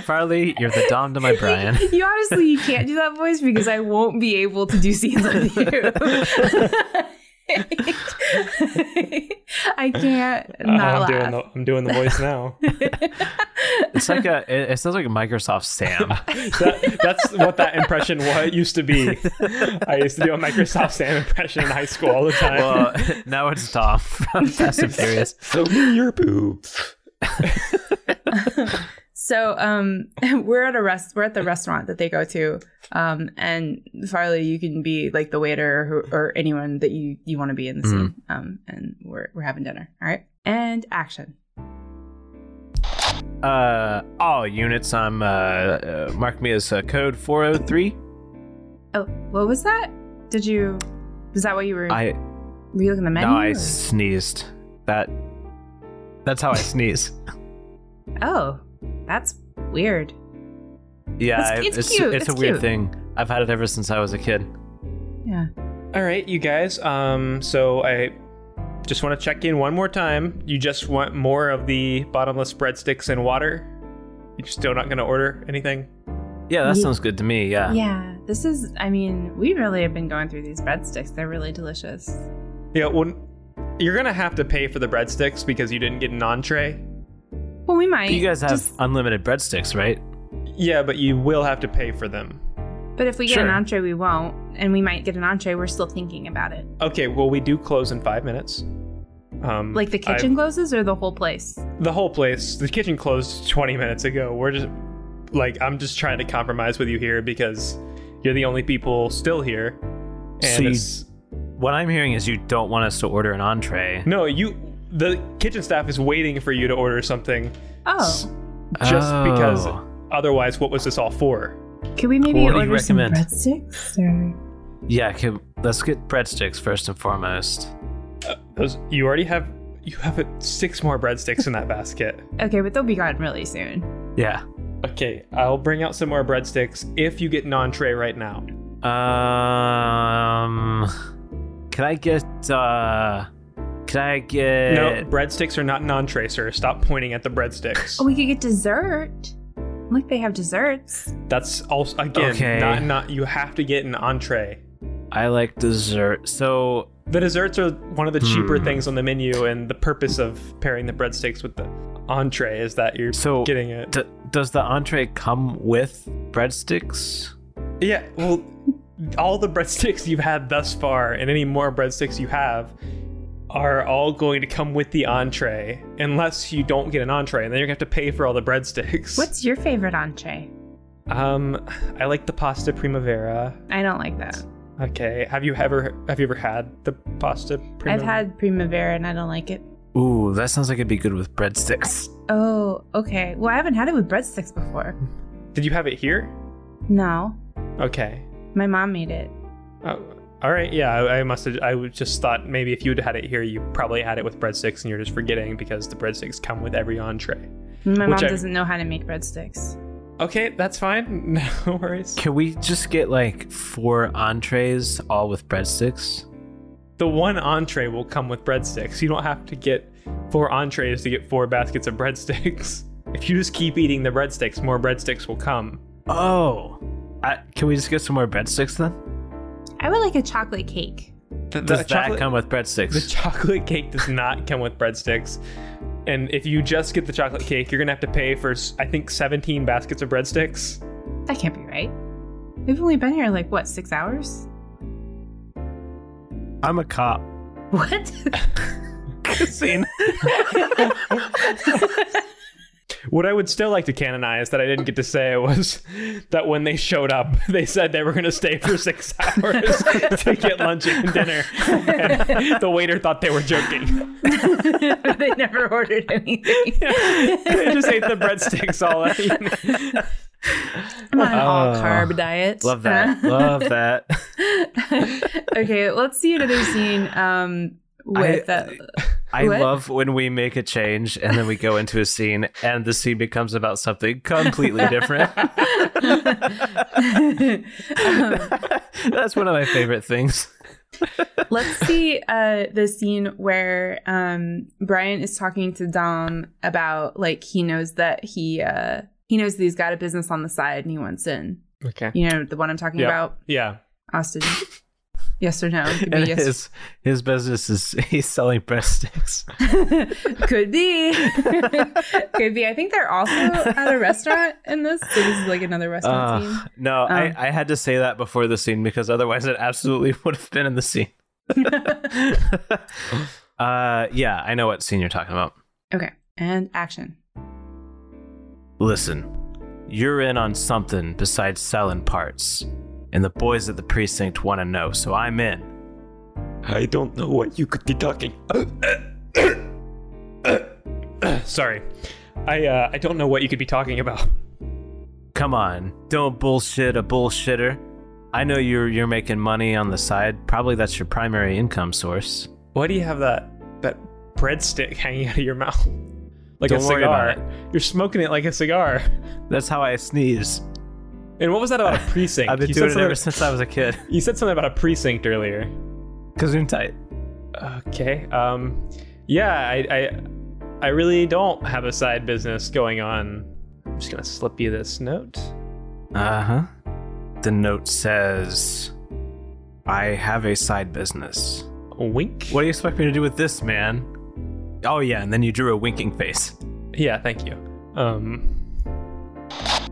S1: Farley, you're the dom to my Brian.
S2: you honestly you can't do that voice because I won't be able to do scenes with you. I can't
S3: Uh-huh. Uh, I'm
S2: not
S3: doing
S2: laugh.
S3: the I'm doing the voice now.
S1: It's like a. It, it sounds like a Microsoft Sam.
S3: That- that's what that impression was used to be. I used to do a Microsoft Sam impression in high school all the time.
S1: well, now it's Tom from Fast and Furious.
S3: so me your boobs.
S2: So um, we're at a rest. We're at the restaurant that they go to, um, and Farley, you can be like the waiter or, or anyone that you you want to be in the
S3: Mm-hmm.
S2: scene. Um, and we're we're having dinner. All right, and action.
S1: Uh, all units. I'm uh, uh mark me as uh, code 403.
S2: Oh, what was that? Did you? Was that what you were?
S1: I
S2: were you looking at the menu?
S1: no, I
S2: or-
S1: sneezed. That. That's how I sneeze.
S2: Oh, that's weird.
S1: Yeah,
S2: It's-
S1: I- it's
S2: it's
S1: it's,
S2: cute, it's
S1: a weird
S2: cute.
S1: thing. I've had it ever since I was a kid.
S2: Yeah.
S3: All right, you guys. Um, so I just want to check in one more time. You just want more of the bottomless breadsticks and water. You're still not gonna order anything.
S1: Yeah, that
S2: Ye-
S1: sounds good to me. Yeah.
S2: Yeah. This is. I mean, we really have been going through these breadsticks. They're really delicious.
S3: Yeah, well, you're gonna have to pay for the breadsticks because you didn't get an entree.
S2: Well, we might.
S1: You guys have
S2: just-
S1: unlimited breadsticks, right?
S3: Yeah, but you will have to pay for them.
S2: But if we get an
S1: Sure.
S2: entree, we won't, and we might get an entree. We're still thinking about it.
S1: Mm,
S3: Okay, well, we do close in five minutes. Um,
S2: Like the
S3: I-
S2: kitchen closes or the whole place.
S3: the whole place. The kitchen closed 20 minutes ago. We're just like I'm just trying to compromise with you here because you're the only people still here. And
S1: So you-
S3: it's-
S1: What I'm hearing is you don't want us to order an entree.
S3: no, you. The kitchen staff is waiting for you to order something
S2: Oh,
S3: just because.
S1: Oh.
S3: Otherwise, what was this all for?
S2: could we maybe
S1: What do you
S2: order some
S1: recommend?
S2: breadsticks? Or...
S1: Yeah, can, let's get breadsticks first and foremost.
S3: Those you already have. You have uh, six more breadsticks in that basket.
S2: Okay, but they'll be gone really soon.
S1: Yeah.
S3: Okay, I'll bring out some more breadsticks if you get an entree right now.
S1: Um, can I get uh, can I get
S3: No, breadsticks are not an entree, sir. Stop pointing at the breadsticks.
S2: Oh, we could get dessert. Look, they have desserts.
S3: That's also again
S1: Okay.
S3: not not you have to get an entree.
S1: I like dessert. So
S3: The desserts are one of the cheaper
S1: Hmm.
S3: things on the menu, and the purpose of pairing the breadsticks with the entree is that you're
S1: So,
S3: getting it.
S1: d- does the entree come with breadsticks?
S3: yeah, well, all the breadsticks you've had thus far, and any more breadsticks you have, are all going to come with the entree, unless you don't get an entree, and then you're gonna have to pay for all the breadsticks.
S2: What's your favorite entree?
S3: Um, I like the pasta primavera.
S2: I don't like that.
S3: Okay, have you ever have you ever had the pasta? Primavera?
S2: I've had primavera and I don't like it.
S1: Ooh, that sounds like it'd be good with breadsticks.
S2: Oh, okay. Well, I haven't had it with breadsticks before.
S3: Did you have it here?
S2: No,
S3: Okay.
S2: my mom made it.
S3: Oh, all right. Yeah, I, I must have. I would just thought maybe if you'd had it here, you probably had it with breadsticks, and you're just forgetting because the breadsticks come with every entree.
S2: My
S3: Which
S2: mom
S3: I-
S2: doesn't know how to make breadsticks.
S3: Okay, that's fine. No worries.
S1: Can we just get like four entrees all with breadsticks?
S3: The one entree will come with breadsticks. You don't have to get four entrees to get four baskets of breadsticks. If you just keep eating the breadsticks, more breadsticks will come.
S1: Oh, I, can we just get some more breadsticks then?
S2: I would like a chocolate cake.
S3: The,
S1: Does
S3: the
S1: that
S3: chocolate-
S1: come with breadsticks?
S3: The chocolate cake does not come with breadsticks. And if you just get the chocolate cake, you're going to have to pay for, s- I think, 17 baskets of breadsticks.
S2: That can't be right. We've only been here like what six hours?
S1: I'm a cop.
S2: What?
S1: Scene.
S3: What I would still like to canonize that I didn't get to say was that when they showed up, they said they were going to stay for six hours to get lunch and dinner. And the waiter thought they were joking.
S2: they never ordered anything.
S3: they just ate the breadsticks all that evening.
S2: I'm on an all
S1: Oh,
S2: carb diet.
S1: Love that. Love that.
S2: okay, let's see another scene um, with.
S1: I-
S2: uh,
S1: I
S2: What?
S1: love when we make a change and then we go into a scene and the scene becomes about something completely different.
S2: Um,
S1: That's one of my favorite things.
S2: Let's see uh, the scene where um, Brian is talking to Dom about like he knows that he uh, he knows that he's got a business on the side and he wants in.
S3: Okay.
S2: You know the one I'm talking
S3: Yeah.
S2: about,
S3: Yeah.
S2: Austin. yes or no? Could be
S1: And
S2: yes.
S1: his his business is he's selling breadsticks.
S2: Could be. Could be. I think they're also at a restaurant in this. So this is like another restaurant
S1: Uh,
S2: scene.
S1: no,
S2: Um.
S1: I, I had to say that before the scene because otherwise it absolutely would have been in the scene. uh, yeah, I know what scene you're talking about.
S2: Okay, and action.
S1: Listen, you're in on something besides selling parts, and the boys at the precinct want to know, so I'm in.
S6: I don't know what you could be talking.
S3: Sorry. I uh, I don't know what you could be talking about.
S1: Come on, don't bullshit a bullshitter. I know you're you're making money on the side. Probably that's your primary income source.
S3: Why do you have that that breadstick hanging out of your mouth? Like a
S1: Don't worry
S3: cigar.
S1: about
S3: You're smoking it like a cigar.
S1: That's how I sneeze.
S3: And what was that about a precinct?
S1: I've been
S3: you,
S1: doing
S3: said
S1: it ever
S3: something-
S1: since I was a kid.
S3: you said something about a precinct earlier.
S1: Kazoom tight.
S3: Okay. Um yeah, I I I really don't have a side business going on. I'm just going to slip you this note.
S1: Uh huh. The note says, "I have a side business."
S3: Wink.
S1: What do you expect me to do with this, man? Oh yeah, and then you drew a winking face.
S3: Yeah, thank you. Um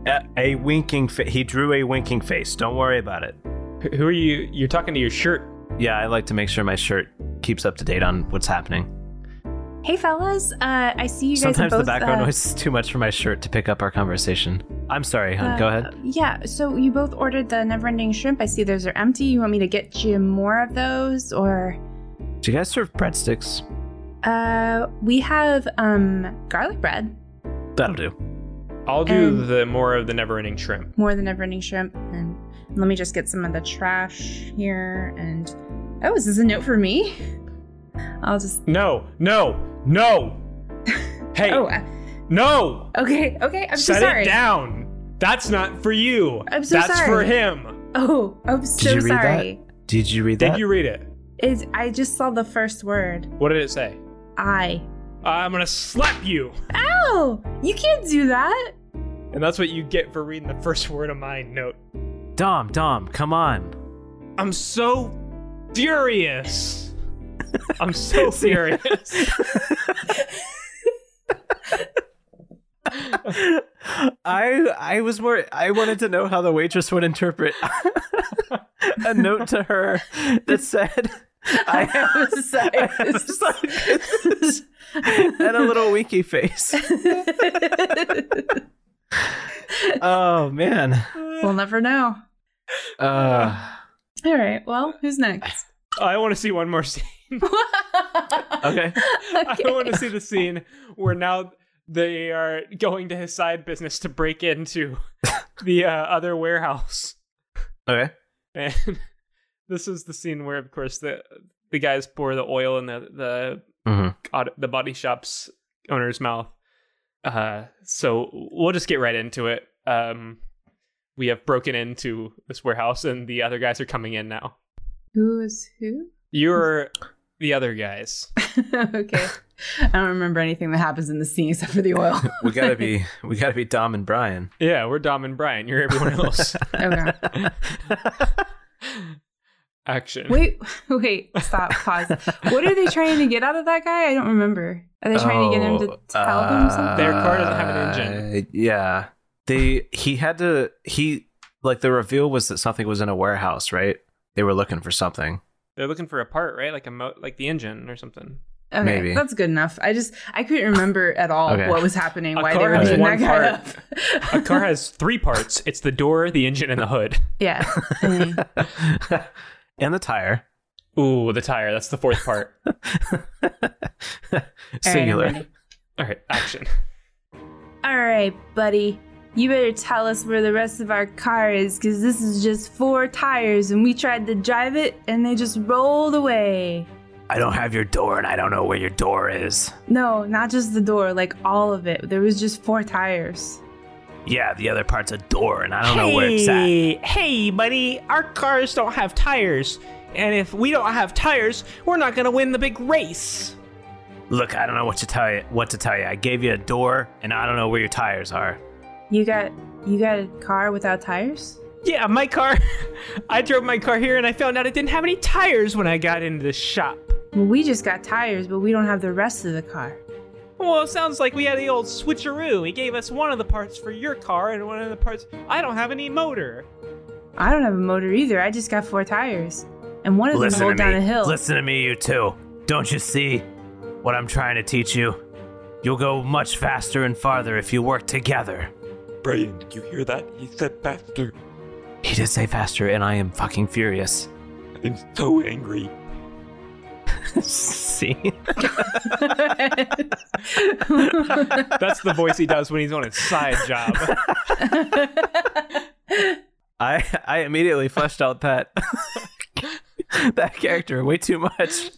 S1: A, a winking fa- he drew a winking face. Don't worry about it.
S3: wh- who are you you're talking to your shirt?
S1: Yeah, I like to make sure my shirt keeps up to date on what's happening.
S2: Hey fellas, uh, I see you guys. have
S1: Sometimes the
S2: both,
S1: background
S2: uh,
S1: noise is too much for my shirt to pick up our conversation. I'm sorry, hun.
S2: uh,
S1: Go ahead.
S2: Yeah, so you both ordered the never-ending shrimp. I see those are empty. You want me to get you more of those, or
S1: Do you guys serve breadsticks?
S2: uh, we have um garlic bread,
S1: That'll do.
S3: I'll do
S2: Um,
S3: the more of the never-ending shrimp.
S2: more than never-ending shrimp, and let me just get some of the trash here. And oh, is this a note for me? I'll just.
S3: No, no, no. Hey,
S2: Oh, uh,
S3: no.
S2: okay, okay. I'm so
S3: Set
S2: sorry.
S3: it down. That's not for you.
S2: I'm so
S3: That's
S2: sorry.
S3: for him.
S2: Oh, I'm so
S1: you read that?
S2: sorry.
S1: Did you read
S3: Did
S1: that?
S3: you read it?
S2: It's, I just saw the first word.
S3: What did it say?
S2: I.
S3: I'm gonna slap you.
S2: Ow! You can't do that.
S3: And that's what you get for reading the first word of my note.
S1: Dom, Dom, come on.
S3: I'm so furious. I'm so furious.
S1: I I was more I wanted to know how the waitress would interpret a note to her that said I have
S2: I'm sorry.
S1: I have a side business and a little winky face. oh man.
S2: we'll never know.
S1: Uh,
S2: All right. Well, who's next?
S3: I want to see one more scene.
S1: okay.
S3: I want to see the scene where now they are going to his side business to break into the uh, other warehouse.
S1: Okay.
S3: And this is the scene where, of course, the the guys pour the oil in the the
S1: Mhm.
S3: auto- the body shop's owner's mouth. Uh, so we'll just get right into it. um, we have broken into this warehouse and the other guys are coming in now.
S2: Who is who?
S3: You're the other guys.
S2: okay. I don't remember anything that happens in the scene except for the oil.
S1: we gotta be we gotta be Dom and Brian.
S3: Yeah, we're Dom and Brian. You're everyone else.
S2: okay.
S3: Action.
S2: Wait, wait, stop, pause. What are they trying to get out of that guy? I don't remember. Are they trying to get him to
S1: Oh,
S2: tell them
S1: uh,
S2: something?
S3: Their car doesn't have an engine.
S1: uh, Yeah, they he had to he like the reveal was that something was in a warehouse, right? They were looking for something.
S3: They're looking for a part, right? Like a mo- like the engine or something.
S2: Okay,
S1: maybe.
S2: that's good enough. I just I couldn't remember at all
S1: Okay.
S2: what was happening,
S3: A
S2: why they
S3: car
S2: were
S3: has
S2: beating that
S3: one
S2: guy up.
S3: part. A car has three parts. It's the door, the engine, and the hood.
S2: yeah. Mhm.
S1: and the tire.
S3: Ooh, the tire. That's the fourth part.
S1: Singular.
S2: All right, I'm ready.
S3: All right, action.
S2: All right, buddy. You better tell us where the rest of our car is, because this is just four tires, and we tried to drive it, and they just rolled away.
S1: I don't have your door, and I don't know where your door is.
S2: No, not just the door, like all of it. There was just four tires.
S1: Yeah, the other part's a door, and I don't know where it's at.
S3: hey, buddy. Our cars don't have tires, and if we don't have tires, we're not gonna win the big race.
S1: Look, I don't know what to tell you. What to tell you? I gave you a door, and I don't know where your tires are.
S2: You got you got a car without tires?
S3: Yeah, my car. I drove my car here, and I found out it didn't have any tires when I got into the shop.
S2: Well, we just got tires, but we don't have the rest of the car.
S3: Well, it sounds like we had the old switcheroo. He gave us one of the parts for your car and one of the parts. I don't have any motor.
S2: I don't have a motor either. I just got four tires, and one of them rolled down a hill.
S1: Listen to me, you two. Don't you see what I'm trying to teach you? You'll go much faster and farther if you work together.
S6: Brian, did you hear that? He said faster.
S1: He did say faster, and I am fucking furious.
S6: I'm so angry.
S1: see?
S3: That's the voice he does when he's on his side job.
S1: I I immediately fleshed out that that character way too much.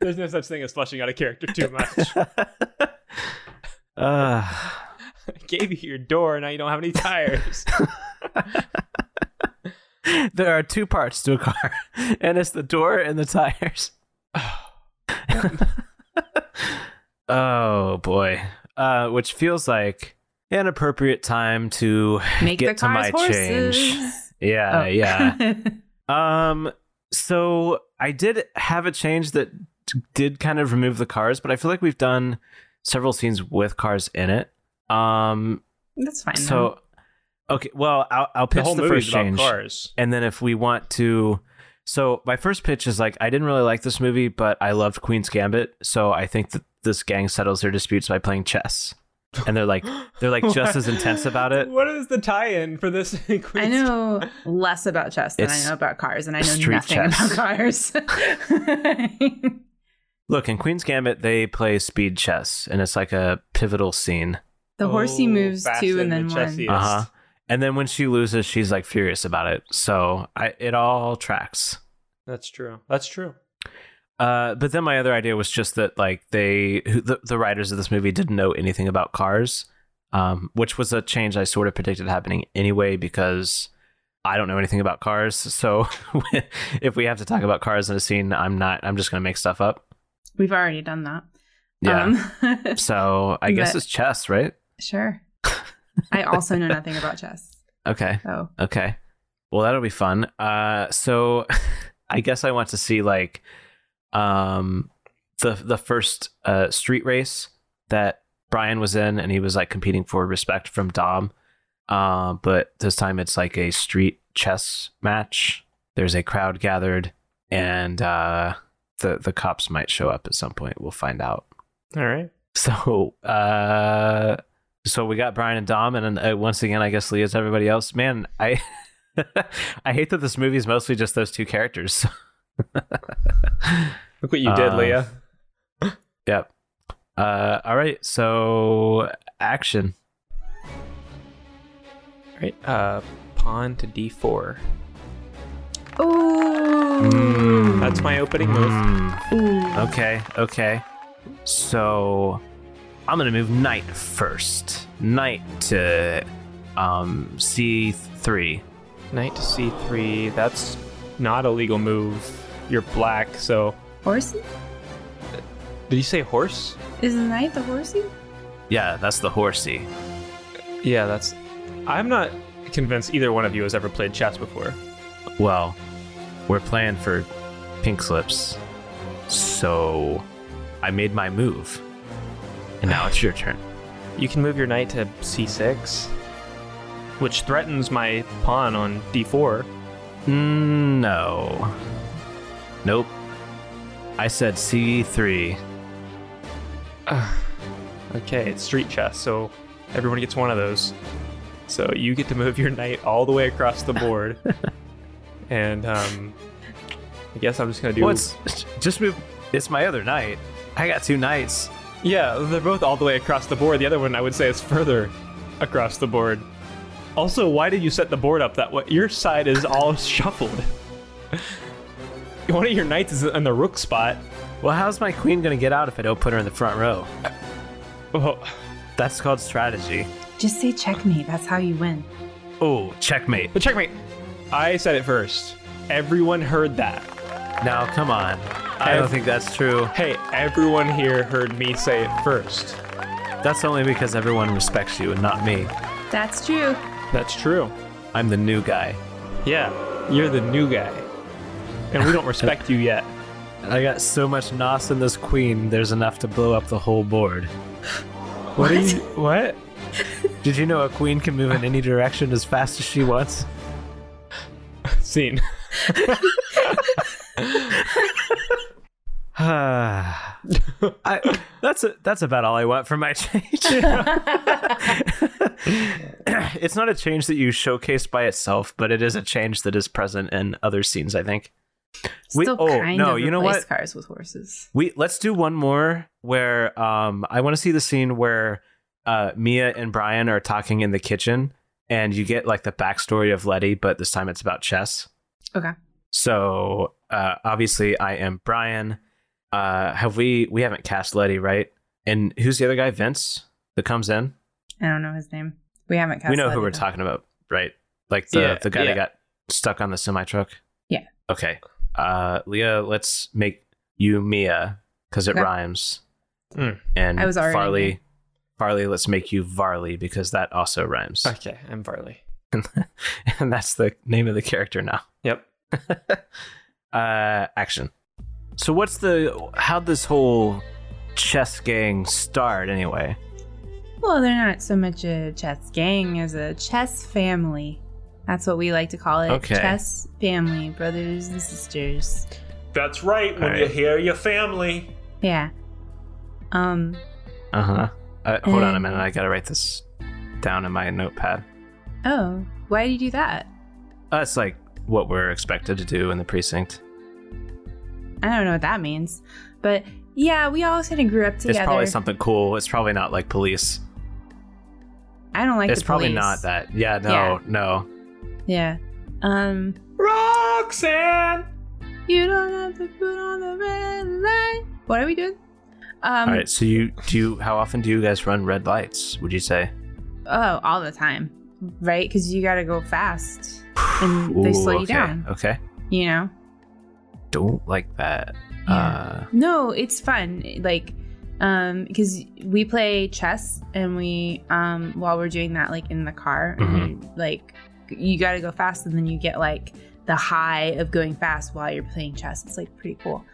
S3: There's no such thing as fleshing out a character too much.
S1: Uh,
S3: I gave you your door, now you don't have any tires.
S1: there are two parts to a car, and it's the door and the tires. oh boy. Uh, which feels like an appropriate time to
S2: Make
S1: get
S2: the
S1: to my
S2: cars horses.
S1: change. Yeah,
S2: Oh.
S1: yeah. Um, so I did have a change that t- did kind of remove the cars, but I feel like we've done several scenes with cars in it. Um,
S2: That's fine.
S1: so okay, well, I'll, I'll pitch
S3: the
S1: the,
S3: whole movie's
S1: first
S3: about
S1: change,
S3: cars.
S1: and then if we want to, so my first pitch is like I didn't really like this movie, but I loved Queen's Gambit, so I think that this gang settles their disputes by playing chess, and they're like they're like just as intense about it.
S3: What is the tie-in for this? Queen's-
S2: I know less about chess than
S1: It's
S2: I know about cars, and I know
S1: street
S2: nothing
S1: chess.
S2: about cars.
S1: Look, in Queen's Gambit, they play speed chess, and it's like a pivotal scene.
S2: the horsey
S3: Oh,
S2: moves
S3: faster
S2: two and then
S3: than the
S2: one.
S3: chessy.
S1: Uh huh. And then when she loses, she's like furious about it. So I, it all tracks.
S3: That's true. That's true.
S1: Uh, but then my other idea was just that like they, who- the, the writers of this movie didn't know anything about cars, um, which was a change I sort of predicted happening anyway because I don't know anything about cars. So if we have to talk about cars in a scene, I'm not. I'm just gonna make stuff up.
S2: We've already done that.
S1: Yeah.
S2: Um,
S1: so I guess
S2: but-
S1: it's chess, right?
S2: sure. I also know nothing about chess.
S1: Okay.
S2: Oh,
S1: Okay. Well, that'll be fun. Uh, so I guess I want to see like um the the first uh street race that Brian was in and he was like competing for respect from Dom. Uh, but this time it's like a street chess match. There's a crowd gathered and uh the the cops might show up at some point. We'll find out.
S3: All right.
S1: So, uh, so we got Brian and Dom, and uh, once again, I guess Leah's everybody else. Man, I, I hate that this movie is mostly just those two characters.
S3: Look what you did,
S1: Uh,
S3: Leah.
S1: yep. Uh, all right. So, action.
S3: All right. Uh, pawn to d4.
S2: Oh,
S1: Mm.
S2: Ooh.
S3: That's my opening move.
S1: Okay. Okay. So, I'm gonna move knight first. Knight to um c3.
S3: Knight to c3. That's not a legal move. You're black, so.
S2: Horse?
S3: Did you say horse?
S2: Is the knight the horsey?
S1: Yeah, that's the horsey.
S3: Yeah, that's. I'm not convinced either one of you has ever played chess before.
S1: Well, we're playing for pink slips, so I made my move, and now it's your turn.
S3: You can move your knight to c6, which threatens my pawn on d4.
S1: Mm, No. Nope. I said c3.
S3: Okay, it's street chess, so everyone gets one of those. So you get to move your knight all the way across the board. and um, I guess I'm just going to do.
S1: What's just move? It's my other knight. I got two knights.
S3: Yeah, they're both all the way across the board. The other one I would say is further across the board. Also, why did you set the board up that way? Your side is all shuffled. One of your knights is in the rook spot.
S1: Well, how's my queen gonna get out if I don't put her in the front row?
S3: Oh,
S1: That's called strategy.
S2: Just say checkmate. That's how you win.
S1: Oh, checkmate.
S3: but checkmate. I said it first. Everyone heard that.
S1: Now, come on. I don't think that's true.
S3: Hey, everyone here heard me say it first.
S1: That's only because everyone respects you and not me.
S2: That's true.
S3: That's true.
S1: I'm the new guy.
S3: Yeah, you're the new guy. And we don't respect you yet.
S1: I got so much nos in this queen, there's enough to blow up the whole board.
S3: What are you what?
S1: Did you know a queen can move in any direction as fast as she wants?
S3: Scene.
S1: I, that's a, that's about all I want from my change. it's not a change that you showcase by itself, but it is a change that is present in other scenes. I think. We-
S2: Still
S1: oh,
S2: kind
S1: no,
S2: of
S1: you know
S2: replace
S1: what?
S2: cars with horses.
S1: We let's do one more where um I want to see the scene where uh Mia and Brian are talking in the kitchen and you get like the backstory of Letty, but this time it's about chess.
S2: Okay.
S1: So uh obviously I am Brian. Uh have we we haven't cast Letty, right? And who's the other guy? Vince that comes in?
S2: I don't know his name. We haven't cast
S1: we know
S2: that
S1: who we're
S2: either.
S1: talking about, right? Like the
S3: Yeah,
S1: the guy
S3: yeah.
S1: that got stuck on the semi truck.
S2: Yeah.
S1: Okay. Uh, Leah, let's make you Mia because it
S2: Okay.
S1: rhymes.
S3: Mm.
S1: And
S2: I was already
S1: Farley.
S2: in.
S1: Farley, let's make you Varley because that also rhymes,
S3: Okay, I'm Varley.
S1: and that's the name of the character now.
S3: Yep.
S1: Uh, action. So, what's the how'd this whole chess gang start anyway?
S2: Well, they're not so much a chess gang as a chess family. That's what we like to call it.
S1: Okay.
S2: Chess family, brothers and sisters.
S7: That's right, when you
S1: Alright.
S7: hear your family.
S2: Yeah. Um,
S1: Uh-huh. Uh Hold on a
S2: Um,
S1: minute, I gotta write this down in my notepad.
S2: oh, why do you do that?
S1: That's like what we're expected to do in the precinct.
S2: I don't know what that means. But yeah, we all kind of grew up together.
S1: It's probably something cool. It's probably not like police.
S2: I don't like
S1: it's
S2: the
S1: probably
S2: police.
S1: not that. Yeah, no,
S2: Yeah.
S1: no.
S2: Yeah. Um,
S7: Roxanne!
S2: you don't have to put on the red light. What are we doing? Um,
S1: All right. So you do. You, how often do you guys run red lights? Would you say?
S2: Oh, all the time, right? Because you got to go fast, and they
S1: Ooh,
S2: slow you
S1: okay,
S2: down.
S1: Okay.
S2: You know.
S1: Don't like that.
S2: Yeah.
S1: Uh,
S2: No, it's fun. Like, um, because we play chess, and we um while we're doing that, like in the car, and
S1: Mm-hmm.
S2: you, like you got to go fast, and then you get like the high of going fast while you're playing chess. It's like pretty cool.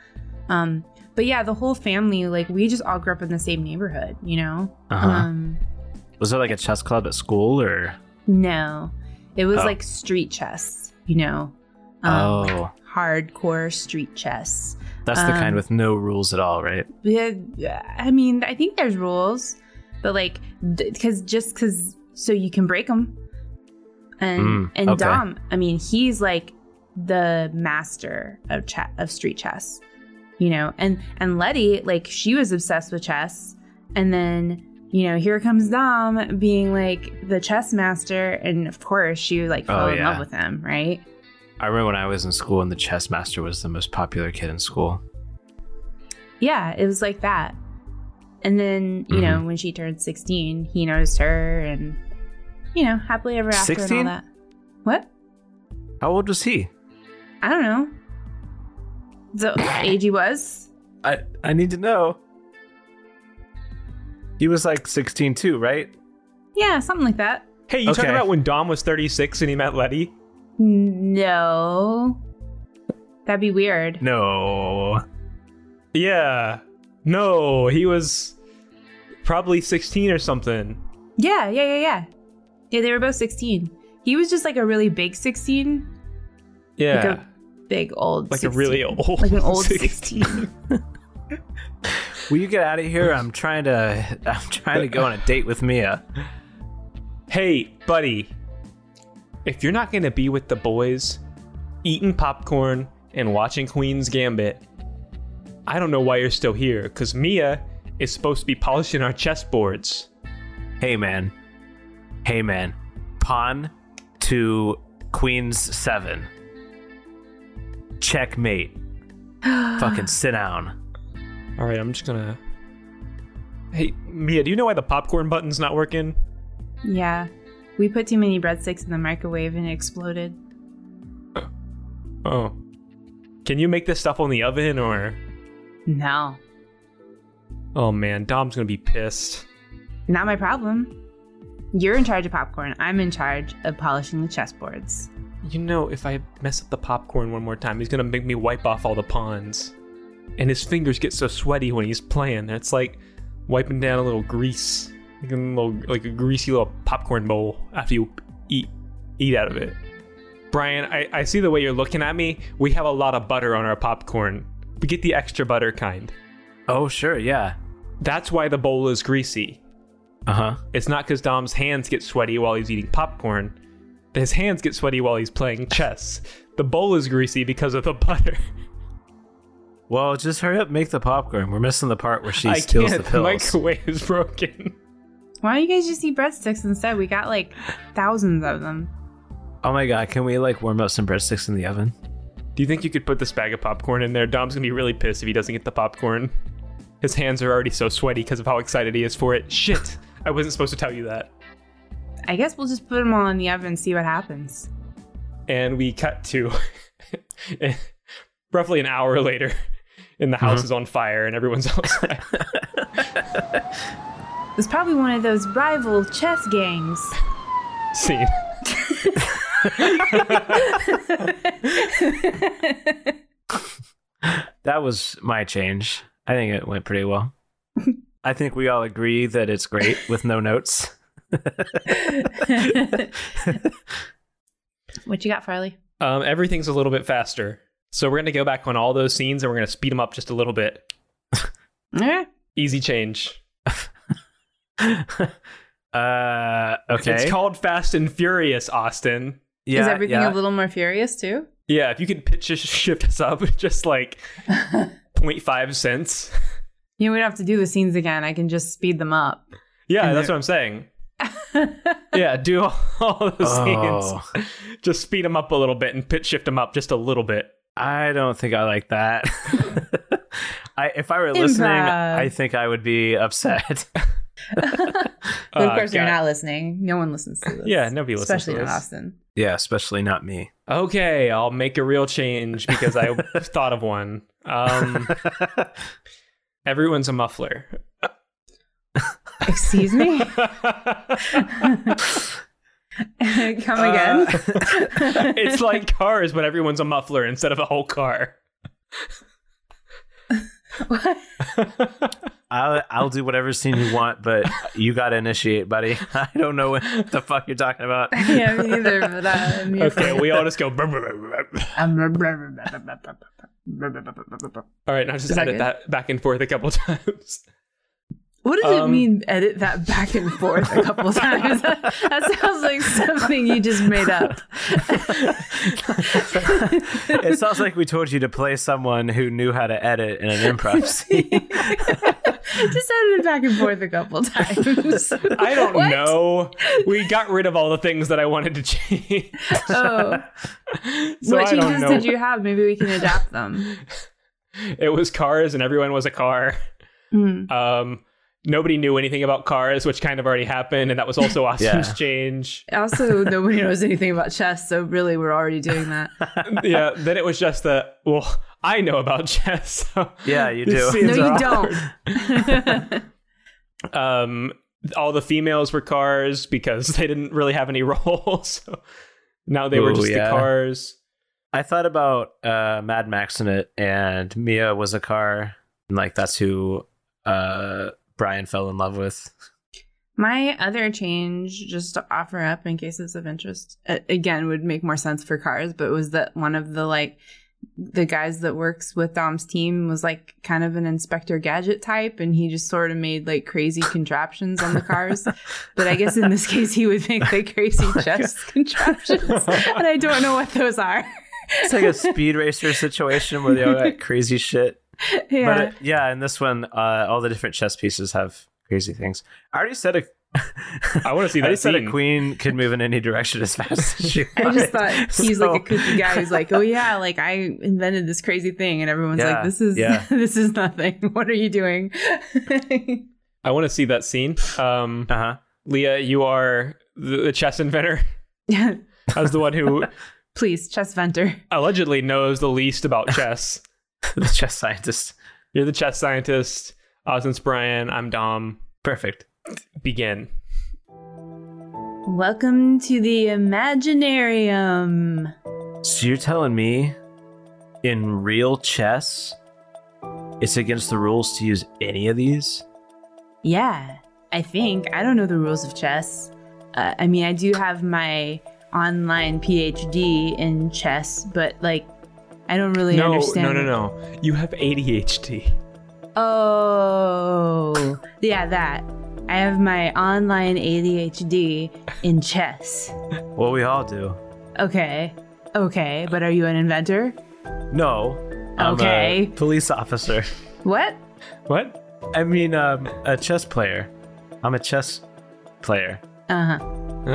S2: Um, but yeah, the whole family, like we just all grew up in the same neighborhood. You know.
S1: uh-huh.
S2: Um,
S1: Was there like a chess club at school or?
S2: no, it was
S1: Oh.
S2: like street chess. You know. Um,
S1: oh,
S2: hardcore street chess.
S1: that's the kind
S2: um,
S1: with no rules at all, right?
S2: We had- I mean, I think there's rules, but like, because just because so you can break them. And
S1: Mm,
S2: and
S1: okay.
S2: Dom, I mean, he's like the master of chess of street chess, you know. And and Letty, like, she was obsessed with chess, and then. You know, here comes Dom being like the chess master, and of course she like fell
S1: Oh,
S2: in
S1: yeah.
S2: love with him, right?
S1: I remember when I was in school and the chess master was the most popular kid in school.
S2: Yeah, it was like that. And then, you
S3: Mm-hmm.
S2: know, when she turned 16, he noticed her and, you know, happily ever after
S1: 16?
S2: and all that. What?
S1: How old was he?
S2: I don't know. The age he was?
S1: I I need to know. He was like 16 too, right?
S2: Yeah, something like that.
S3: Hey, you talking
S1: Okay.
S3: about when Dom was 36 and he met Letty?
S2: No. That'd be weird.
S1: No.
S3: Yeah. No, he was probably 16 or something.
S2: Yeah, yeah, yeah, yeah. Yeah, they were both 16. He was just like a really big 16.
S3: Yeah.
S2: Like a big old
S3: Like a really
S2: 16.
S3: old
S2: Like an old
S3: 16.
S2: 16.
S1: Will you get out of here? I'm trying to I'm trying to go on a date with Mia.
S3: hey, buddy. If you're not going to be with the boys, eating popcorn and watching Queen's Gambit, I don't know why you're still here because Mia is supposed to be polishing our chessboards.
S1: Hey man. Hey man. Pawn to Queen's 7. Checkmate. Fucking sit down.
S3: All right, I'm just going to. Hey, Mia, do you know why the popcorn button's not working?
S2: yeah. We put too many breadsticks in the microwave and it exploded.
S3: Oh. Can you make this stuff on the oven or.
S2: No.
S3: Oh man, Dom's gonna be pissed.
S2: Not my problem. You're in charge of popcorn. I'm in charge of polishing the chessboards.
S3: You know, if I mess up the popcorn one more time, he's gonna make me wipe off all the pawns. And his fingers get so sweaty when he's playing. It's like wiping down a little grease, like a, little, like a greasy little popcorn bowl after you eat eat out of it. Brian, I, I see the way you're looking at me. We have a lot of butter on our popcorn. We get the extra butter kind.
S1: Oh sure, yeah.
S3: That's why the bowl is greasy.
S1: Uh-huh.
S3: It's not because Dom's hands get sweaty while he's eating popcorn. His hands get sweaty while he's playing chess. The bowl is greasy because of the butter.
S1: Well, just hurry up, make the popcorn. We're missing the part where she
S3: I
S1: steals
S3: can't.
S1: the pills.
S3: microwave is broken.
S2: Why don't you guys just eat breadsticks instead? We got like thousands of them.
S1: Oh my god, can we like warm up some breadsticks in the oven?
S3: Do you think you could put this bag of popcorn in there? Dom's gonna be really pissed if he doesn't get the popcorn. His hands are already so sweaty because of how excited he is for it. Shit! I wasn't supposed to tell you that.
S2: I guess we'll just put them all in the oven and see what happens.
S3: and we cut to roughly an hour later and the
S1: Mm-hmm.
S3: house is on fire and everyone's outside
S2: It's probably one of those rival chess gangs.
S3: scene
S1: That was my change. I think it went pretty well. I think we all agree that it's great with no notes.
S2: What you got, Farley?
S3: um, everything's a little bit faster so we're going to go back on all those scenes and we're going to speed them up just a little bit
S2: All right.
S3: easy change
S1: Uh, okay.
S3: it's called fast and furious austin
S1: yeah,
S2: Is everything
S1: yeah.
S2: a little more furious too?
S3: yeah if you could pitch sh- shift us up just like 0.5 cents
S2: You know, we don't have to do the scenes again. I can just speed them up.
S3: yeah that's what i'm saying yeah do all, all those
S1: Oh.
S3: scenes just speed them up a little bit and pitch shift them up just a little bit
S1: I don't think I like that. I, if I were listening,
S2: Improv.
S1: I think I would be upset.
S2: But
S3: Uh,
S2: of course, you're
S3: got-
S2: not listening. No one listens to this.
S3: Yeah, nobody listens to
S2: especially
S3: this.
S2: Especially in Austin.
S1: yeah, especially not me.
S3: Okay, I'll make a real change because I thought of one. Um, everyone's a muffler.
S2: Excuse me? Come again?
S3: Uh, It's like cars, but everyone's a muffler instead of a whole car.
S2: What?
S1: I'll, I'll do whatever scene you want, but you got to initiate, buddy. I don't know what the fuck you're talking about.
S2: yeah, me neither. But uh, I'm here for
S3: Okay,
S2: it.
S3: we all just go. "Brr, brr, brr, brr." All right, now just
S2: that
S3: edit
S2: good?
S3: that back and forth a couple times.
S2: What does it
S3: Um,
S2: mean? Edit that back and forth a couple times. that, that sounds like something you just made up.
S1: It sounds like we told you to play someone who knew how to edit in an improv scene.
S2: just edit it back and forth a couple times.
S3: I don't
S2: What?
S3: know. We got rid of all the things that I wanted to change.
S2: Oh,
S3: So
S2: what
S3: I don't
S2: changes
S3: know.
S2: did you have? Maybe we can adapt them.
S3: It was cars, and everyone was a car.
S2: Hmm.
S3: Um, nobody knew anything about cars, which kind of already happened, and that was also Austin's
S1: Yeah.
S3: change.
S2: Also, nobody knows anything about chess, so really, we're already doing that.
S3: yeah, then it was just the well, I know about chess. So
S1: Yeah, you
S3: these
S1: do.
S2: no,
S3: scenes are
S2: you
S3: awkward.
S2: don't.
S3: um all the females were cars because they didn't really have any roles so now they were
S1: Ooh,
S3: just
S1: yeah.
S3: the cars
S1: I thought about uh, Mad Max in it, and Mia was a car, and like that's who uh, Brian fell in love with.
S2: My other change, just to offer up in case it's of interest, a- again would make more sense for cars, but was that one of the like the guys that works with Dom's team was like kind of an inspector gadget type and he just sort of made like crazy contraptions on the cars. but I guess in this case he would make like crazy chess contraptions. and I don't know what those are.
S1: It's like a speed racer situation where they all got crazy shit.
S2: yeah.
S1: But uh, yeah, in this one, uh, all the different chess pieces have crazy things. I already said a.
S3: i want to see
S1: I
S3: that
S1: just said a
S3: scene.
S1: queen can move in any direction as fast as she
S2: I
S1: wants.
S2: just thought he's like
S1: So-
S2: a kooky guy who's like, oh yeah, like I invented this crazy thing, and everyone's
S1: Yeah,
S2: like, this is
S1: yeah.
S2: this is nothing. What are you doing?
S3: i want to see that scene um
S1: Uh-huh.
S3: leah you are the, the chess inventor as the one who
S2: Please, chess venter.
S3: allegedly knows the least about chess
S1: The chess scientist.
S3: you're the chess scientist austin's brian i'm dom
S1: Perfect.
S3: begin
S2: Welcome to the Imaginarium.
S1: So you're telling me in real chess, it's against the rules to use any of these?
S2: Yeah, I think I don't know the rules of chess. Uh, I mean, I do have my online PhD in chess, but like, I don't really
S3: no
S2: understand.
S3: no no no you have adhd
S2: Oh, yeah, that. I have my online ADHD in chess.
S1: Well, we all do.
S2: Okay. Okay, but are you an inventor?
S1: No. I'm a
S2: Okay.
S1: police officer.
S2: What?
S3: what
S1: I mean, um, a chess player. I'm a chess player.
S2: Uh huh.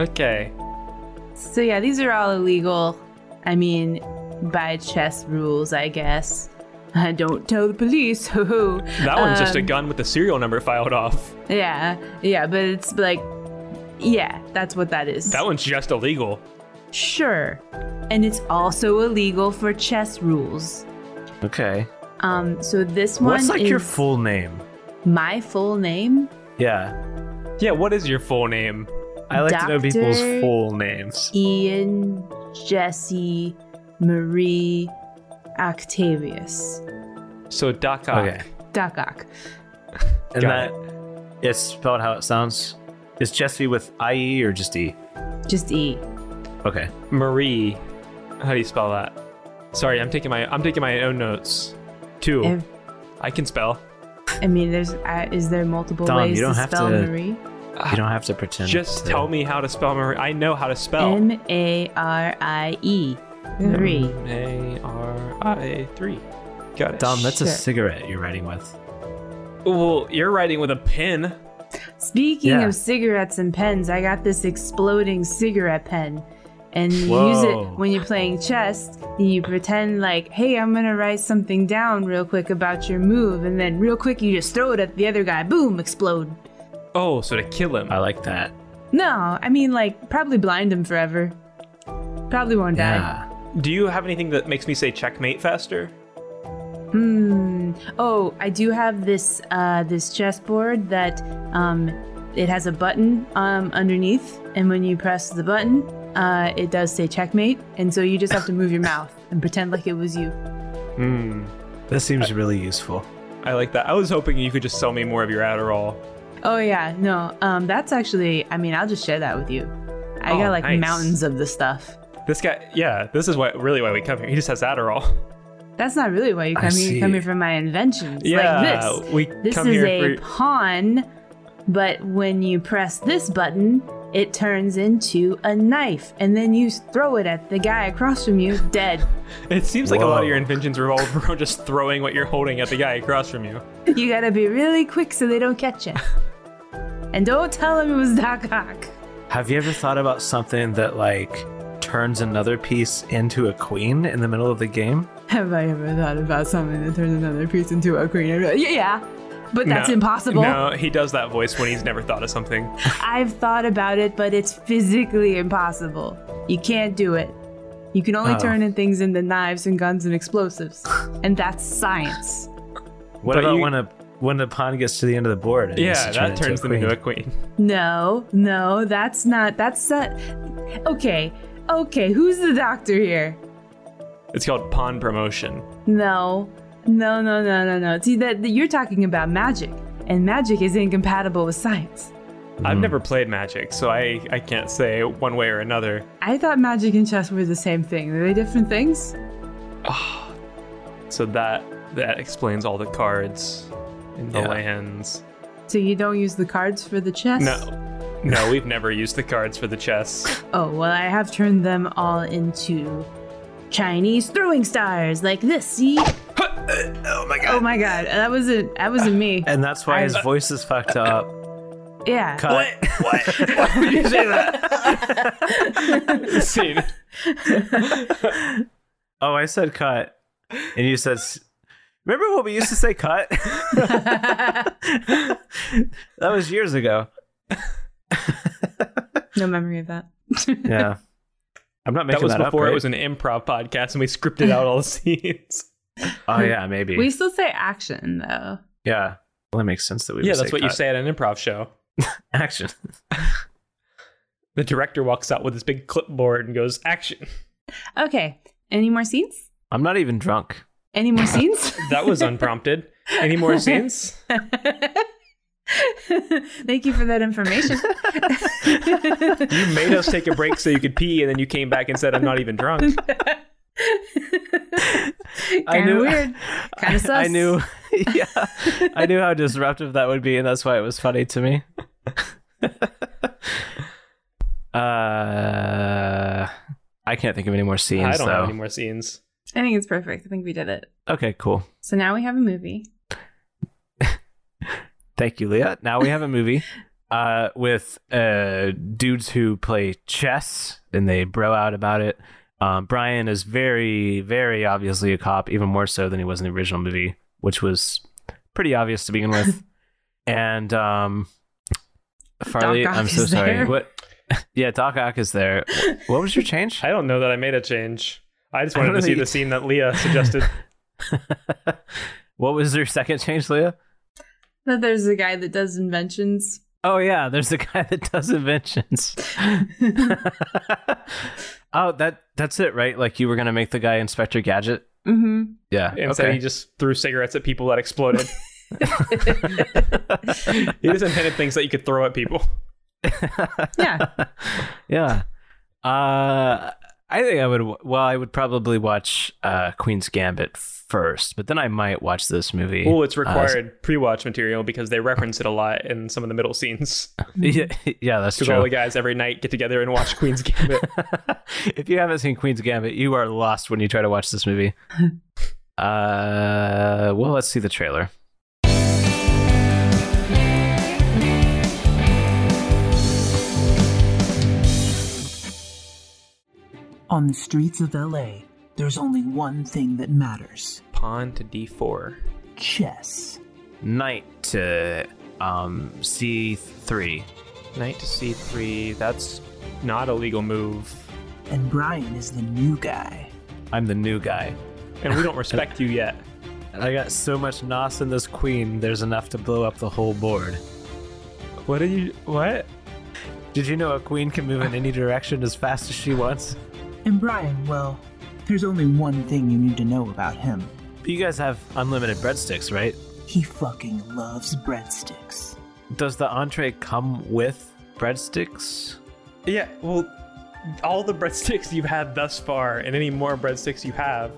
S3: okay
S2: So, yeah, these are all illegal. I mean, by chess rules, I guess. Don't tell the police. Hoo hoo.
S3: that one's just a
S2: Um,
S3: gun with the serial number filed off
S2: Yeah, yeah, but it's like, yeah, that's what that is.
S3: that one's just illegal
S2: sure. And it's also illegal for chess rules.
S1: Okay.
S2: Um, so this one
S1: What's like your
S2: is-
S1: full name?
S2: my full name?
S1: Yeah.
S3: Yeah, what is your full name?
S1: I like to know people's
S2: Doctor-
S1: full names.
S2: Ian Jesse Marie Octavius.
S3: So Doc Ock.
S1: Okay.
S2: Doc Ock.
S1: And
S3: Got
S1: that it's spelled how it sounds. Is Jesse with IE or just E?
S2: Just E.
S1: Okay.
S3: Marie. How do you spell that? Sorry, I'm taking my I'm taking my own notes. Two.
S2: Ev-
S3: I can spell.
S2: I mean, there's uh, is there multiple
S1: Don,
S2: ways
S1: you don't
S2: to
S1: have
S2: spell
S1: to
S2: Marie?
S1: You don't have to pretend.
S3: Just
S1: to-
S3: tell me how to spell Marie. I know how to
S1: Oh.
S3: spell.
S2: M A R I E. Marie.
S3: A R I three. Got it.
S1: Dom, that's a
S2: Shit.
S1: cigarette you're writing with.
S3: Well, you're writing with a pen.
S2: Speaking
S1: Yeah.
S2: of cigarettes and pens, I got this exploding cigarette pen. And you use it
S1: Whoa.
S2: when you're playing chess, and you pretend like, hey, I'm gonna write something down real quick about your move, and then real quick you just throw it at the other guy, boom, explode.
S3: Oh, so to kill him.
S1: I like that.
S2: No, I mean, like, probably blind him forever. Probably won't die.
S1: Yeah.
S3: do you have anything that makes me say checkmate faster?
S2: Hmm. Oh, I do have this, uh, this chessboard that, um, it has a button, um, underneath, and when you press the button, uh, it does say checkmate, and so you just have to move your mouth and pretend like it was you.
S3: Hmm.
S1: This seems really useful.
S3: I like that. I was hoping you could just sell me more of your Adderall.
S2: Oh, yeah, no, um, that's actually, I mean, I'll just share that with you. I
S3: Oh,
S2: got, like,
S3: nice.
S2: mountains of this stuff.
S3: This guy, yeah, this is why really why we come here. He just has Adderall.
S2: That's not really why you
S1: I
S2: come here. You come
S1: see.
S2: here for my inventions.
S3: yeah,
S2: Like this.
S3: we
S2: This
S3: come
S2: is
S3: here
S2: a
S3: for
S2: pawn, but when you press this button, it turns into a knife, and then you throw it at the guy across from you, dead.
S3: It seems like a lot
S1: Whoa.
S3: of your inventions revolve around just throwing what you're holding at the guy across from you.
S2: you gotta be really quick so they don't catch you. And don't tell him it was Doc Ock.
S1: Have you ever thought about something that like turns another piece into a queen in the middle of the game?
S2: Have I ever thought about something that turns another piece into a queen? Yeah, yeah. but that's
S3: No.
S2: impossible.
S3: No, he does that voice when he's never thought of something.
S2: I've thought about it, but it's physically impossible. You can't do it. You can only
S1: Oh.
S2: turn in things into knives and guns and explosives, and that's science.
S1: What
S3: But
S1: about
S3: you-
S1: when a when the pawn gets to the end of the board? and needs
S3: Yeah,
S1: to turn
S3: that
S1: into a
S3: turns them into
S1: queen?
S3: a queen.
S2: No, no, that's not. That's not. Okay, okay. Who's the doctor here?
S3: It's called pawn promotion.
S2: No, no, no, no, no, no. See that that you're talking about magic, and magic is incompatible with science.
S1: Hmm.
S3: I've never played Magic, so I, I can't say one way or another.
S2: I thought magic and chess were the same thing. Are they different things?
S3: So that that explains all the cards and the
S1: Yeah.
S3: lands.
S2: So you don't use the cards for the chess?
S3: No, no, we've never used the cards for the chess.
S2: Oh, well, I have turned them all into Chinese throwing stars like this. See? oh my god. Oh my god. That wasn't that wasn't me.
S1: And that's why his voice is fucked up.
S2: Yeah.
S1: Cut.
S3: Scene.
S1: Oh, I said cut, and you said. s- Remember what we used to say cut? that was years ago.
S2: No memory of that.
S1: Yeah, I'm not
S3: That
S1: making
S3: was
S1: that, up.
S3: before
S1: right?
S3: it was an improv podcast, and we scripted out all the scenes.
S1: Oh yeah, maybe.
S2: We still say action though.
S1: Yeah, well, that makes sense that we.
S3: yeah,
S1: would
S3: that's
S1: say
S3: what you
S1: cut.
S3: say at an improv show.
S1: Action.
S3: The director walks out with his big clipboard and goes, "Action!"
S2: Okay. Any more scenes?
S1: I'm not even drunk.
S2: Any more scenes?
S3: That was unprompted. Any more scenes?
S2: Thank you for that information.
S3: You made us take a break so you could pee, and then you came back and said, "I'm not even drunk."
S1: I
S2: Kinda
S1: knew.
S2: weird. Kinda sus.
S1: I knew. yeah, I knew how disruptive that would be, and that's why it was funny to me. uh, I can't think of any more scenes
S3: I don't
S1: though.
S3: have any more scenes.
S2: I think it's perfect. I think we did it.
S1: Okay, cool.
S2: So now we have a movie.
S1: Thank you, Leah. Now we have a movie uh, with uh, dudes who play chess and they bro out about it. Um, Brian is very, very obviously a cop, even more so than he was in the original movie, which was pretty obvious to begin with. and um, Farley,
S2: Doc Ock
S1: I'm so
S2: is
S1: sorry.
S2: there.
S1: What? Yeah, Doc Ock is there. What was your change?
S3: I don't know that I made a change. I just
S1: I
S3: wanted
S1: don't
S3: to see
S1: think-
S3: the scene that Leah suggested.
S1: what was your second change, Leah?
S2: That there's a guy that does inventions.
S1: Oh yeah, there's a guy that does inventions. oh, that that's it, right? Like you were gonna make the guy Inspector Gadget.
S2: Mm-hmm.
S1: Yeah.
S3: Instead, he just threw cigarettes at people that exploded. he just invented things that you could throw at people.
S2: Yeah.
S1: yeah. Uh, I think I would. w- Well, I would probably watch uh, Queen's Gambit first, but then I might watch this movie.
S3: Oh, it's
S1: Uh,
S3: required pre-watch material because they reference it a lot in some of the middle scenes.
S1: yeah, yeah, that's
S3: Because all the
S1: true.
S3: guys every night get together and watch Queen's Gambit.
S1: if you haven't seen Queen's Gambit, you are lost when you try to watch this movie. uh, well, let's see the trailer.
S8: On the streets of LA, there's only one thing that matters
S3: Pawn to d4.
S8: chess.
S1: Knight to um C three.
S3: Knight to c3. That's not a legal move,
S8: And Brian is the new guy.
S1: I'm the new guy.
S3: and we don't respect you yet.
S1: And I got so much nos in this queen, there's enough to blow up the whole board.
S3: What did you? What?
S1: Did you know a queen can move in any direction as fast as she wants?
S8: And Brian, well, there's only one thing you need to know about him.
S1: But you guys have unlimited breadsticks, right?
S8: He fucking loves breadsticks.
S1: Does the entree come with breadsticks?
S3: Yeah, well, all the breadsticks you've had thus far, and any more breadsticks you have,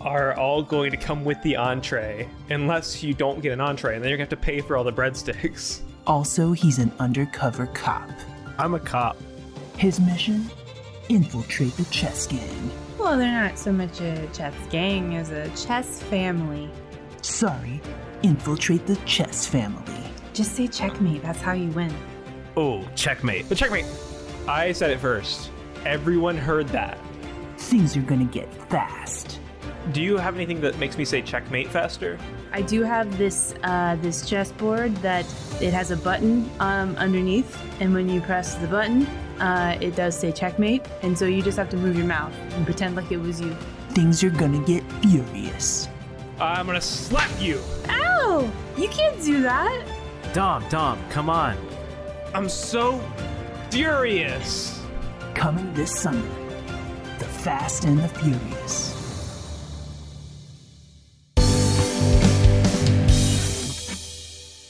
S3: are all going to come with the entree, unless you don't get an entree, and then you're gonna have to pay for all the breadsticks.
S8: Also, he's an undercover cop.
S1: I'm a cop.
S8: His mission? Infiltrate the chess gang.
S2: Well, they're not so much a chess gang as a chess family.
S8: Sorry, infiltrate the chess family.
S2: Just say checkmate. That's how you win.
S1: Oh, checkmate.
S3: But checkmate! I said it first. Everyone heard that.
S8: Things are gonna get fast.
S3: do you have anything that makes me say checkmate faster?
S2: I do have this uh, this chessboard that it has a button um, underneath, and when you press the button, uh, it does say checkmate, and so you just have to move your mouth and pretend like it was you.
S8: Things are gonna get furious.
S3: I'm gonna slap you.
S2: Ow! You can't do that.
S1: Dom, Dom, come on.
S3: I'm so furious.
S8: Coming this summer, The Fast and the Furious.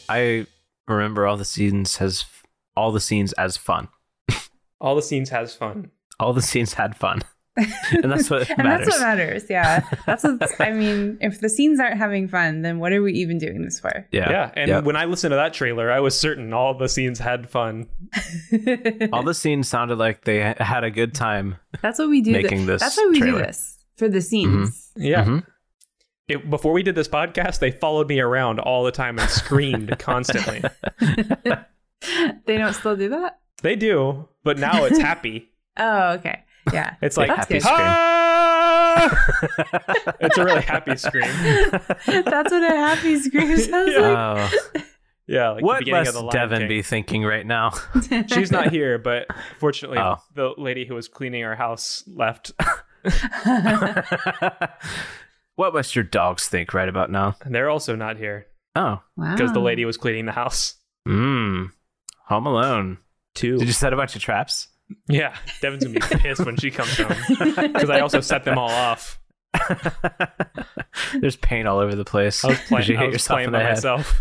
S1: I remember all the scenes has all the scenes as fun.
S3: All the scenes has fun.
S1: All the scenes had fun, and that's what
S2: And
S1: matters.
S2: that's what matters. Yeah, that's what I mean. If the scenes aren't having fun, then what are we even doing this for?
S1: yeah,
S3: Yeah, and
S1: Yep.
S3: when I listened to that trailer, I was certain all the scenes had fun.
S1: all the scenes sounded like they ha- had a good time.
S2: That's what we do.
S1: Making this
S2: that's why we
S1: trailer.
S2: do this for the scenes.
S3: Yeah.
S1: Mhm.
S3: It, before we did this podcast, they followed me around all the time and screamed constantly.
S2: They don't still do that.
S3: They do, but now it's happy.
S2: Oh, okay. Yeah.
S3: It's like
S2: That's
S3: happy
S2: good.
S3: scream. "Ah!" it's a really happy scream.
S2: That's what a happy scream sounds like.
S1: Oh,
S3: Yeah, like the
S1: what
S3: beginning
S1: must
S3: of the Lion
S1: Devin
S3: King.
S1: be thinking right now?
S3: She's not here, but fortunately,
S1: Oh.
S3: the lady who was cleaning our house left.
S1: what must your dogs think right about now?
S3: They're also not here
S1: Oh,
S3: because the lady was cleaning the house.
S1: mmm, Home Alone.
S3: Two.
S1: Did you set a bunch of traps?
S3: Yeah, Devin's gonna be pissed when she comes home because I also set them all off.
S1: There's paint all over the place.
S3: I was
S1: 'Cause you
S3: playing. I
S1: hit
S3: was
S1: yourself
S3: playing
S1: in the
S3: by
S1: head.
S3: myself.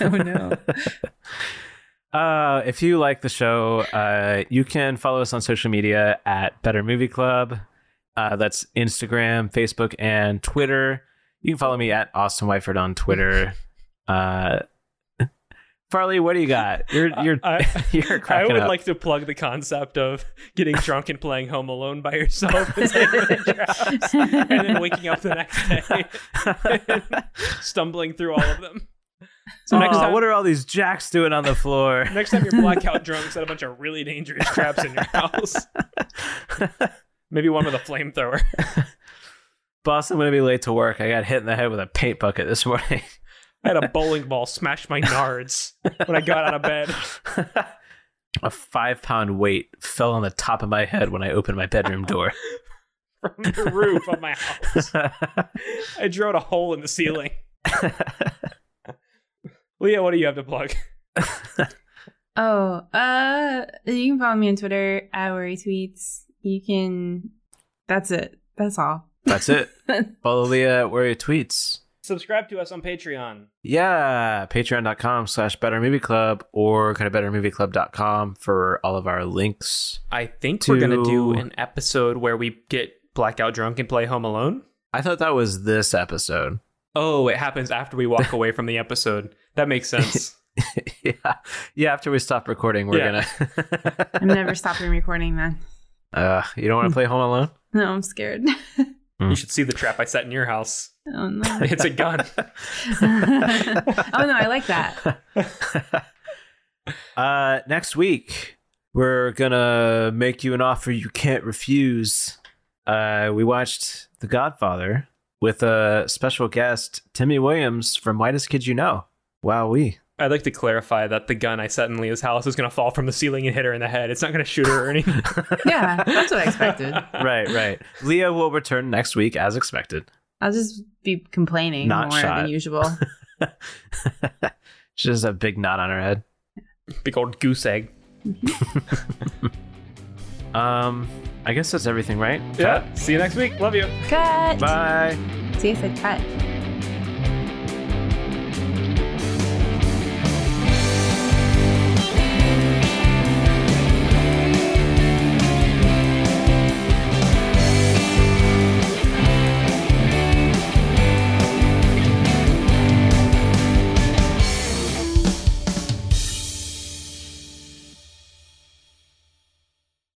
S2: Oh no.
S1: Uh, if you like the show, uh, you can follow us on social media at Better Movie Club. Uh, that's Instagram, Facebook, and Twitter. You can follow me at Austin Wyford on Twitter. Uh, Farley, what do you got? You're you're
S3: I-
S1: you're
S3: I
S1: cracking
S3: would
S1: up.
S3: like to plug the concept of getting drunk and playing Home Alone by yourself and taking the drafts, and then waking up the next day and stumbling through all of them. So next
S1: Aw,
S3: time,
S1: Oh, what are all these jacks doing on the floor?
S3: next time you're blackout drunk, set a bunch of really dangerous traps in your house. Maybe one with a flamethrower.
S1: Boss, I'm gonna be late to work. I got hit in the head with a paint bucket this morning.
S3: I had a bowling ball smash my nards when I got out of bed.
S1: a five pound weight fell on the top of my head when I opened my bedroom door.
S3: from the roof of my house. I drilled a hole in the ceiling. Leah, what do you have to plug?
S2: Oh, uh, you can follow me on Twitter at where tweets. You can. That's it. That's all.
S1: That's it. Follow Leah where he tweets.
S3: Subscribe to us on Patreon.
S1: Yeah, patreon.com slash better movie club or kind of bettermovieclub.com for all of our links.
S3: I think
S1: To-
S3: we're gonna do an episode where we get blackout drunk and play Home Alone.
S1: I thought that was this episode.
S3: Oh, it happens after we walk away from the episode. That makes sense.
S1: yeah. Yeah, after we stop recording, we're
S3: Yeah.
S1: gonna
S2: I'm never stopping recording then.
S1: uh, you don't wanna play Home Alone?
S2: No, I'm scared.
S3: you should see the trap I set in your house.
S2: Oh no.
S3: It's a gun.
S2: oh no, I like that.
S1: uh next week we're gonna make you an offer you can't refuse. Uh we watched The Godfather with a special guest, Timmy Williams from Whitest Kids You Know. Wowee.
S3: I'd like to clarify that the gun I set in Leah's house is gonna fall from the ceiling and hit her in the head. It's not gonna shoot her or anything.
S2: Yeah, that's what I expected.
S1: right, right. Leah will return next week as expected.
S2: I'll just be complaining
S1: Not
S2: more
S1: shot.
S2: than usual.
S1: she has a big knot on her head.
S3: Big old goose egg.
S1: Um, I guess that's everything, right?
S3: Yeah. See you next week. Love you.
S2: Cut.
S1: Bye.
S2: See, I said cut.